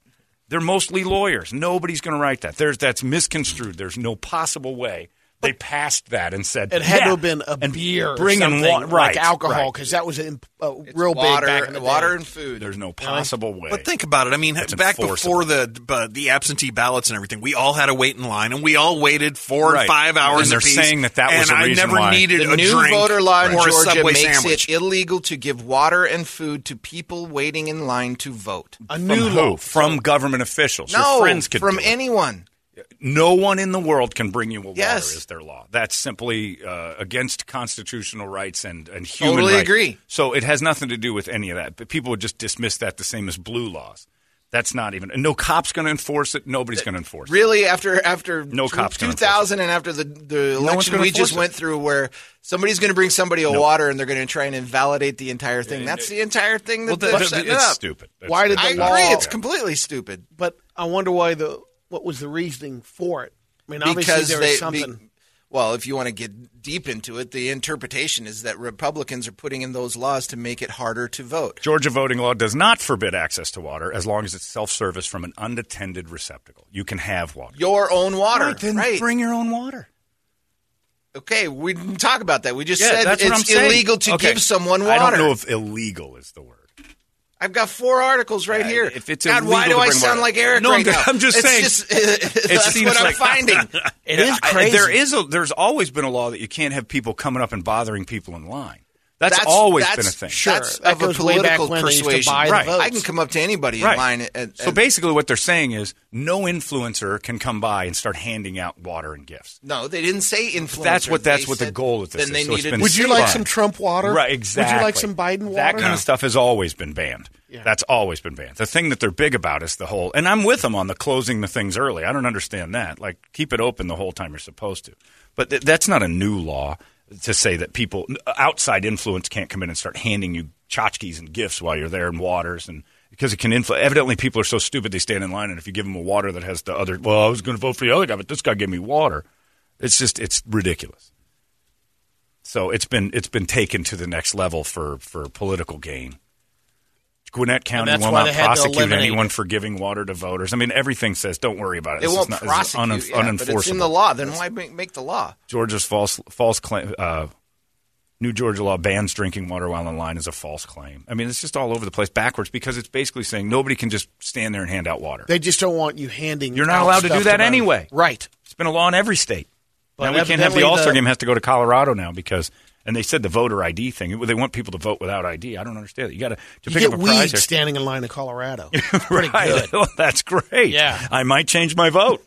S2: They're mostly lawyers. Nobody's going to write that. There's that's misconstrued. There's no possible way they passed that and said
S4: It had
S2: yeah,
S4: to have been a
S2: and
S4: beer,
S2: bring
S4: or
S2: in
S4: something,
S2: wa- right
S4: like alcohol,
S2: right.
S4: because that was in, uh,
S5: It's
S4: real
S5: water,
S4: big back in the
S5: water
S4: day.
S5: and food.
S2: There's no possible way.
S3: But think about it. I mean,
S2: It's
S3: back
S2: enforceable.
S3: before the but the absentee ballots and everything, we all had to wait in line, and we all waited four
S2: Right.
S3: and five hours.
S2: And they're
S3: apiece,
S2: saying that that was
S3: and
S2: the
S3: I
S2: reason
S3: never
S2: why-
S3: needed
S5: the
S3: a
S5: new
S3: drink
S5: voter law in
S3: or a
S5: Georgia
S3: Subway
S5: makes
S3: sandwich.
S5: it illegal to give water and food to people waiting in line to vote.
S4: A
S2: from
S4: new
S2: who?
S4: law.
S2: From government officials. Your
S5: no,
S2: friends could
S5: from
S2: do it.
S5: anyone.
S2: No one in the world can bring you a water
S5: Yes.
S2: is their law. That's simply uh, against constitutional rights and, and human
S5: Totally
S2: rights.
S5: agree.
S2: So it has nothing to do with any of that. But people would just dismiss that the same as blue laws. That's not even. And no cop's going to enforce it. Nobody's going to enforce it.
S5: Really, after after
S2: No cop's gonna
S5: two
S2: enforce it.
S5: thousand and after the the
S2: one's
S5: election
S2: gonna
S5: we
S2: enforce
S5: just
S2: it.
S5: went through, where somebody's going to bring somebody a water and they're going to try and invalidate the entire thing. That's the entire thing that they're
S2: th- th-
S5: setting
S2: it's
S5: up.
S2: stupid. That's-
S4: Why did
S2: that's
S5: I
S4: the
S5: agree.
S2: not-
S4: law-
S5: It's completely stupid.
S4: But I wonder why the what was the reasoning for it. I mean, obviously
S5: because
S4: there
S5: they,
S4: was something.
S5: be- well, if you want to get deep into it, the interpretation is that Republicans are putting in those laws to make it harder to vote.
S2: Georgia voting law does not forbid access to water as long as it's self service from an unattended receptacle. You can have water.
S5: Your own water,
S2: Right, then
S5: right?
S2: bring your own water.
S5: okay, we didn't talk about that. We just
S2: Yeah,
S5: said
S2: that's what I'm
S5: it's
S2: saying.
S5: illegal to
S2: Okay.
S5: give someone water.
S2: I don't know if illegal is the word.
S5: I've got four articles right
S2: Yeah,
S5: here.
S2: if it's
S5: God, why do
S2: illegal to
S5: I
S2: bring
S5: sound
S2: water-
S5: like Eric
S2: No, I'm
S5: right
S2: just-
S5: now?
S2: I'm just
S5: It's
S2: saying.
S5: that's
S2: seems
S5: what I'm
S2: like-
S5: finding.
S4: it is
S2: I-
S4: crazy.
S2: there is a, there's always been a law that you can't have people coming up and bothering people in line. That's,
S5: That's-
S2: always
S5: that's-
S2: been a thing.
S4: sure.
S5: That's
S4: that
S5: of
S4: goes
S5: a
S4: way back
S5: political
S4: when they used to
S5: persuasion.
S4: buy the
S2: Right.
S4: votes.
S5: I can come up to anybody in line. And,
S2: so basically, what they're saying is no influencer can come by and start handing out water and gifts.
S5: no, they didn't say influencer.
S2: That's what- that's
S5: They
S2: what the
S5: said-
S2: goal of this is.
S5: Then they
S2: So it's
S5: needed.
S2: been
S4: Would you
S2: Sea
S4: like
S2: Lion.
S4: some Trump water?
S2: Right, exactly.
S4: Would you like some Biden water?
S2: That kind of stuff has always been banned. That's always been banned. The thing that they're big about is the whole, and I'm with them on the closing the things early. I don't understand that. Like, keep it open the whole time you're supposed to. But th- that's not a new law to say that people, outside influence can't come in and start handing you tchotchkes and gifts while you're there and waters and. Because it can influence. Evidently, people are so stupid they stand in line, and if you give them a water that has the other, well, I was going to vote for the other guy, but this guy gave me water It's just it's ridiculous. So it's been it's been taken to the next level for for political gain. Gwinnett County
S9: that's
S2: will
S9: why
S2: not
S9: they had to
S2: prosecute
S9: eliminate
S2: anyone for giving water to voters. I mean, everything says don't worry about it.
S5: They
S2: This is
S5: won't
S2: not- this is
S5: prosecute.
S2: un-
S5: yeah, But it's in the
S2: unenforceable.
S5: law. Then why make, make the law?
S2: Georgia's false false claim. Uh, New Georgia law bans drinking water while in line is a false claim. I mean, it's just all over the place backwards because it's basically saying nobody can just stand there and hand out water.
S4: They just don't want you handing.
S2: You're not
S4: out
S2: allowed to
S4: stuff
S2: do that
S4: them.
S2: anyway.
S4: Right.
S2: It's been a law in every state.
S4: But
S2: now we can't have the
S4: evidently
S2: All Star
S4: the-
S2: game has to go to Colorado now because, and they said the voter ID thing. They want people to vote without ID. I don't understand that. You got to
S4: You
S2: pick
S4: get
S2: up a prize.
S4: weed
S2: there-
S4: standing in line in Colorado.
S2: right. Well, that's great.
S4: Yeah.
S2: I might change my vote.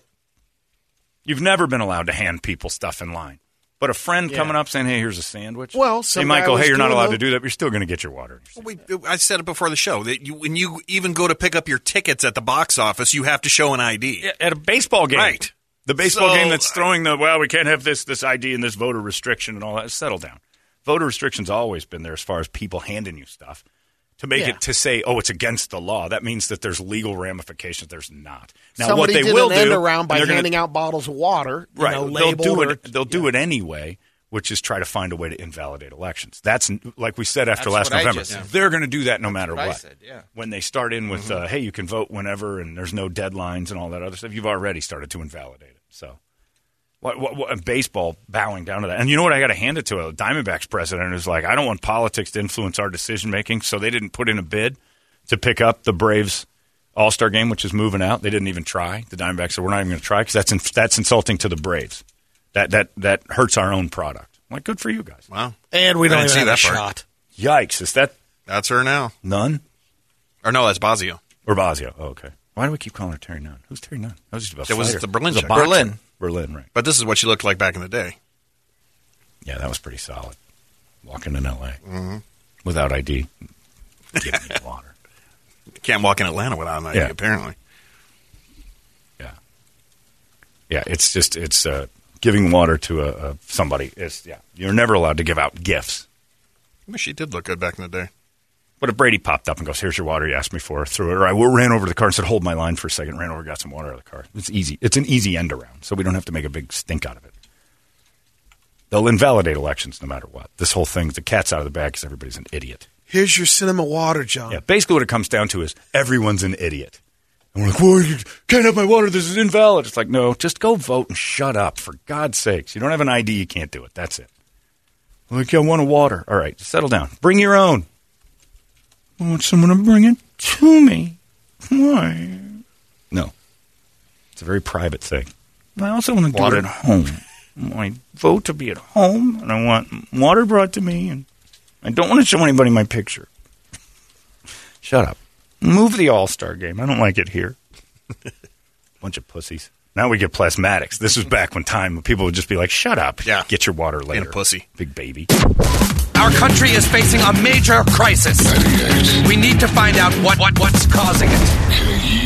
S2: You've never been allowed to hand people stuff in line. But a friend
S3: Yeah.
S2: coming up saying, "Hey, here's a sandwich."
S3: Well,
S2: they
S3: some
S2: might
S3: guy
S2: go, "Hey,
S3: was
S2: you're not
S3: doing
S2: allowed
S3: those-
S2: to do that. But you're still going to get your water."
S3: We, I said it before the show that you, when you even go to pick up your tickets at the box office, you have to show an ID
S2: at a baseball game.
S3: Right,
S2: The baseball
S3: So-
S2: game that's throwing the well, we can't have this this ID and this voter restriction and all that. Settle down. Voter restriction's always been there as far as people handing you stuff to make
S4: Yeah.
S2: it to say, oh, it's against the law. That means that there's legal ramifications. There's not. Now, what
S4: Somebody
S2: they
S4: did
S2: will
S4: an end
S2: do
S4: around
S2: and
S4: by
S2: they're gonna-
S4: handing out bottles of water, you
S2: right,
S4: know,
S2: they'll
S4: labeled
S2: do
S4: or-
S2: it. They'll do it anyway, which is try to find a way to invalidate elections. That's n- like we said after
S5: That's
S2: last
S5: what I
S2: November.
S5: just- Yeah.
S2: They're going to do that no matter
S5: what I
S2: what.
S5: said, yeah. Mm-hmm.
S2: When they start in with, uh, hey, you can vote whenever, and there's no deadlines and all that other stuff, you've already started to invalidate it. So. What, what, what, and baseball bowing down to that. And you know what? I got to hand it to a Diamondbacks president who's like, I don't want politics to influence our decision making. So they didn't put in a bid to pick up the Braves All Star game, which is moving out. They didn't even try. The Diamondbacks said, We're not even going to try because that's, in, that's insulting to the Braves. That, that, that hurts our own product. I'm like, good for you guys.
S3: Wow.
S4: And we
S3: I
S4: don't
S3: didn't
S4: even
S3: see
S4: have
S3: that
S4: a
S3: part.
S4: shot.
S2: Yikes. Is that.
S3: That's her now.
S2: None?
S3: Or no, that's Basio.
S2: Or Basio. Oh, okay. Why do we keep calling her Terry Nunn? Who's Terry Nunn? That was just about
S3: It was
S2: fighter.
S3: the Berlin.
S2: It was a
S3: chick.
S2: boxer. Berlin, right.
S3: But this is what she looked like back in the day.
S2: Yeah, that was pretty solid. Walking in L.A.
S3: Mm-hmm.
S2: without ID. Give me water.
S3: Can't walk in Atlanta without an ID,
S2: Yeah.
S3: apparently.
S2: Yeah, it's just it's uh, giving water to a, a somebody. Is yeah, you're never allowed to give out gifts.
S3: Well, she did look good back in the day.
S2: But if Brady popped up and goes, "Here's your water," you asked me for, threw it. Or I ran over to the car and said, "Hold my line for a second. Ran over, got some water out of the car. It's easy. It's an easy end around, so we don't have to make a big stink out of it. They'll invalidate elections no matter what. This whole thing, the cat's out of the bag because everybody's an idiot.
S4: Here's your cinema water, John.
S2: Yeah, basically what it comes down to is everyone's an idiot. And we're like, well, you can't have my water. This is invalid. It's like, no, just go vote and shut up, for God's sakes. You don't have an ID, you can't do it. That's it. Like, I want a water. All right, settle down. Bring your own. I want someone to bring it to me. Why? No. It's a very private thing. I also want
S9: Water.
S2: do it at home. I want my vote to be at home, and I want water brought to me, and I don't want to show anybody my picture. Shut up. Move the All Star game. I don't like it here. Bunch of pussies. Now we get plasmatics. This was back when time when people would just be like, "Shut up, yeah, get your water later." pussy, big baby.
S9: Our country is facing a major crisis. We need to find out what, what what's causing it.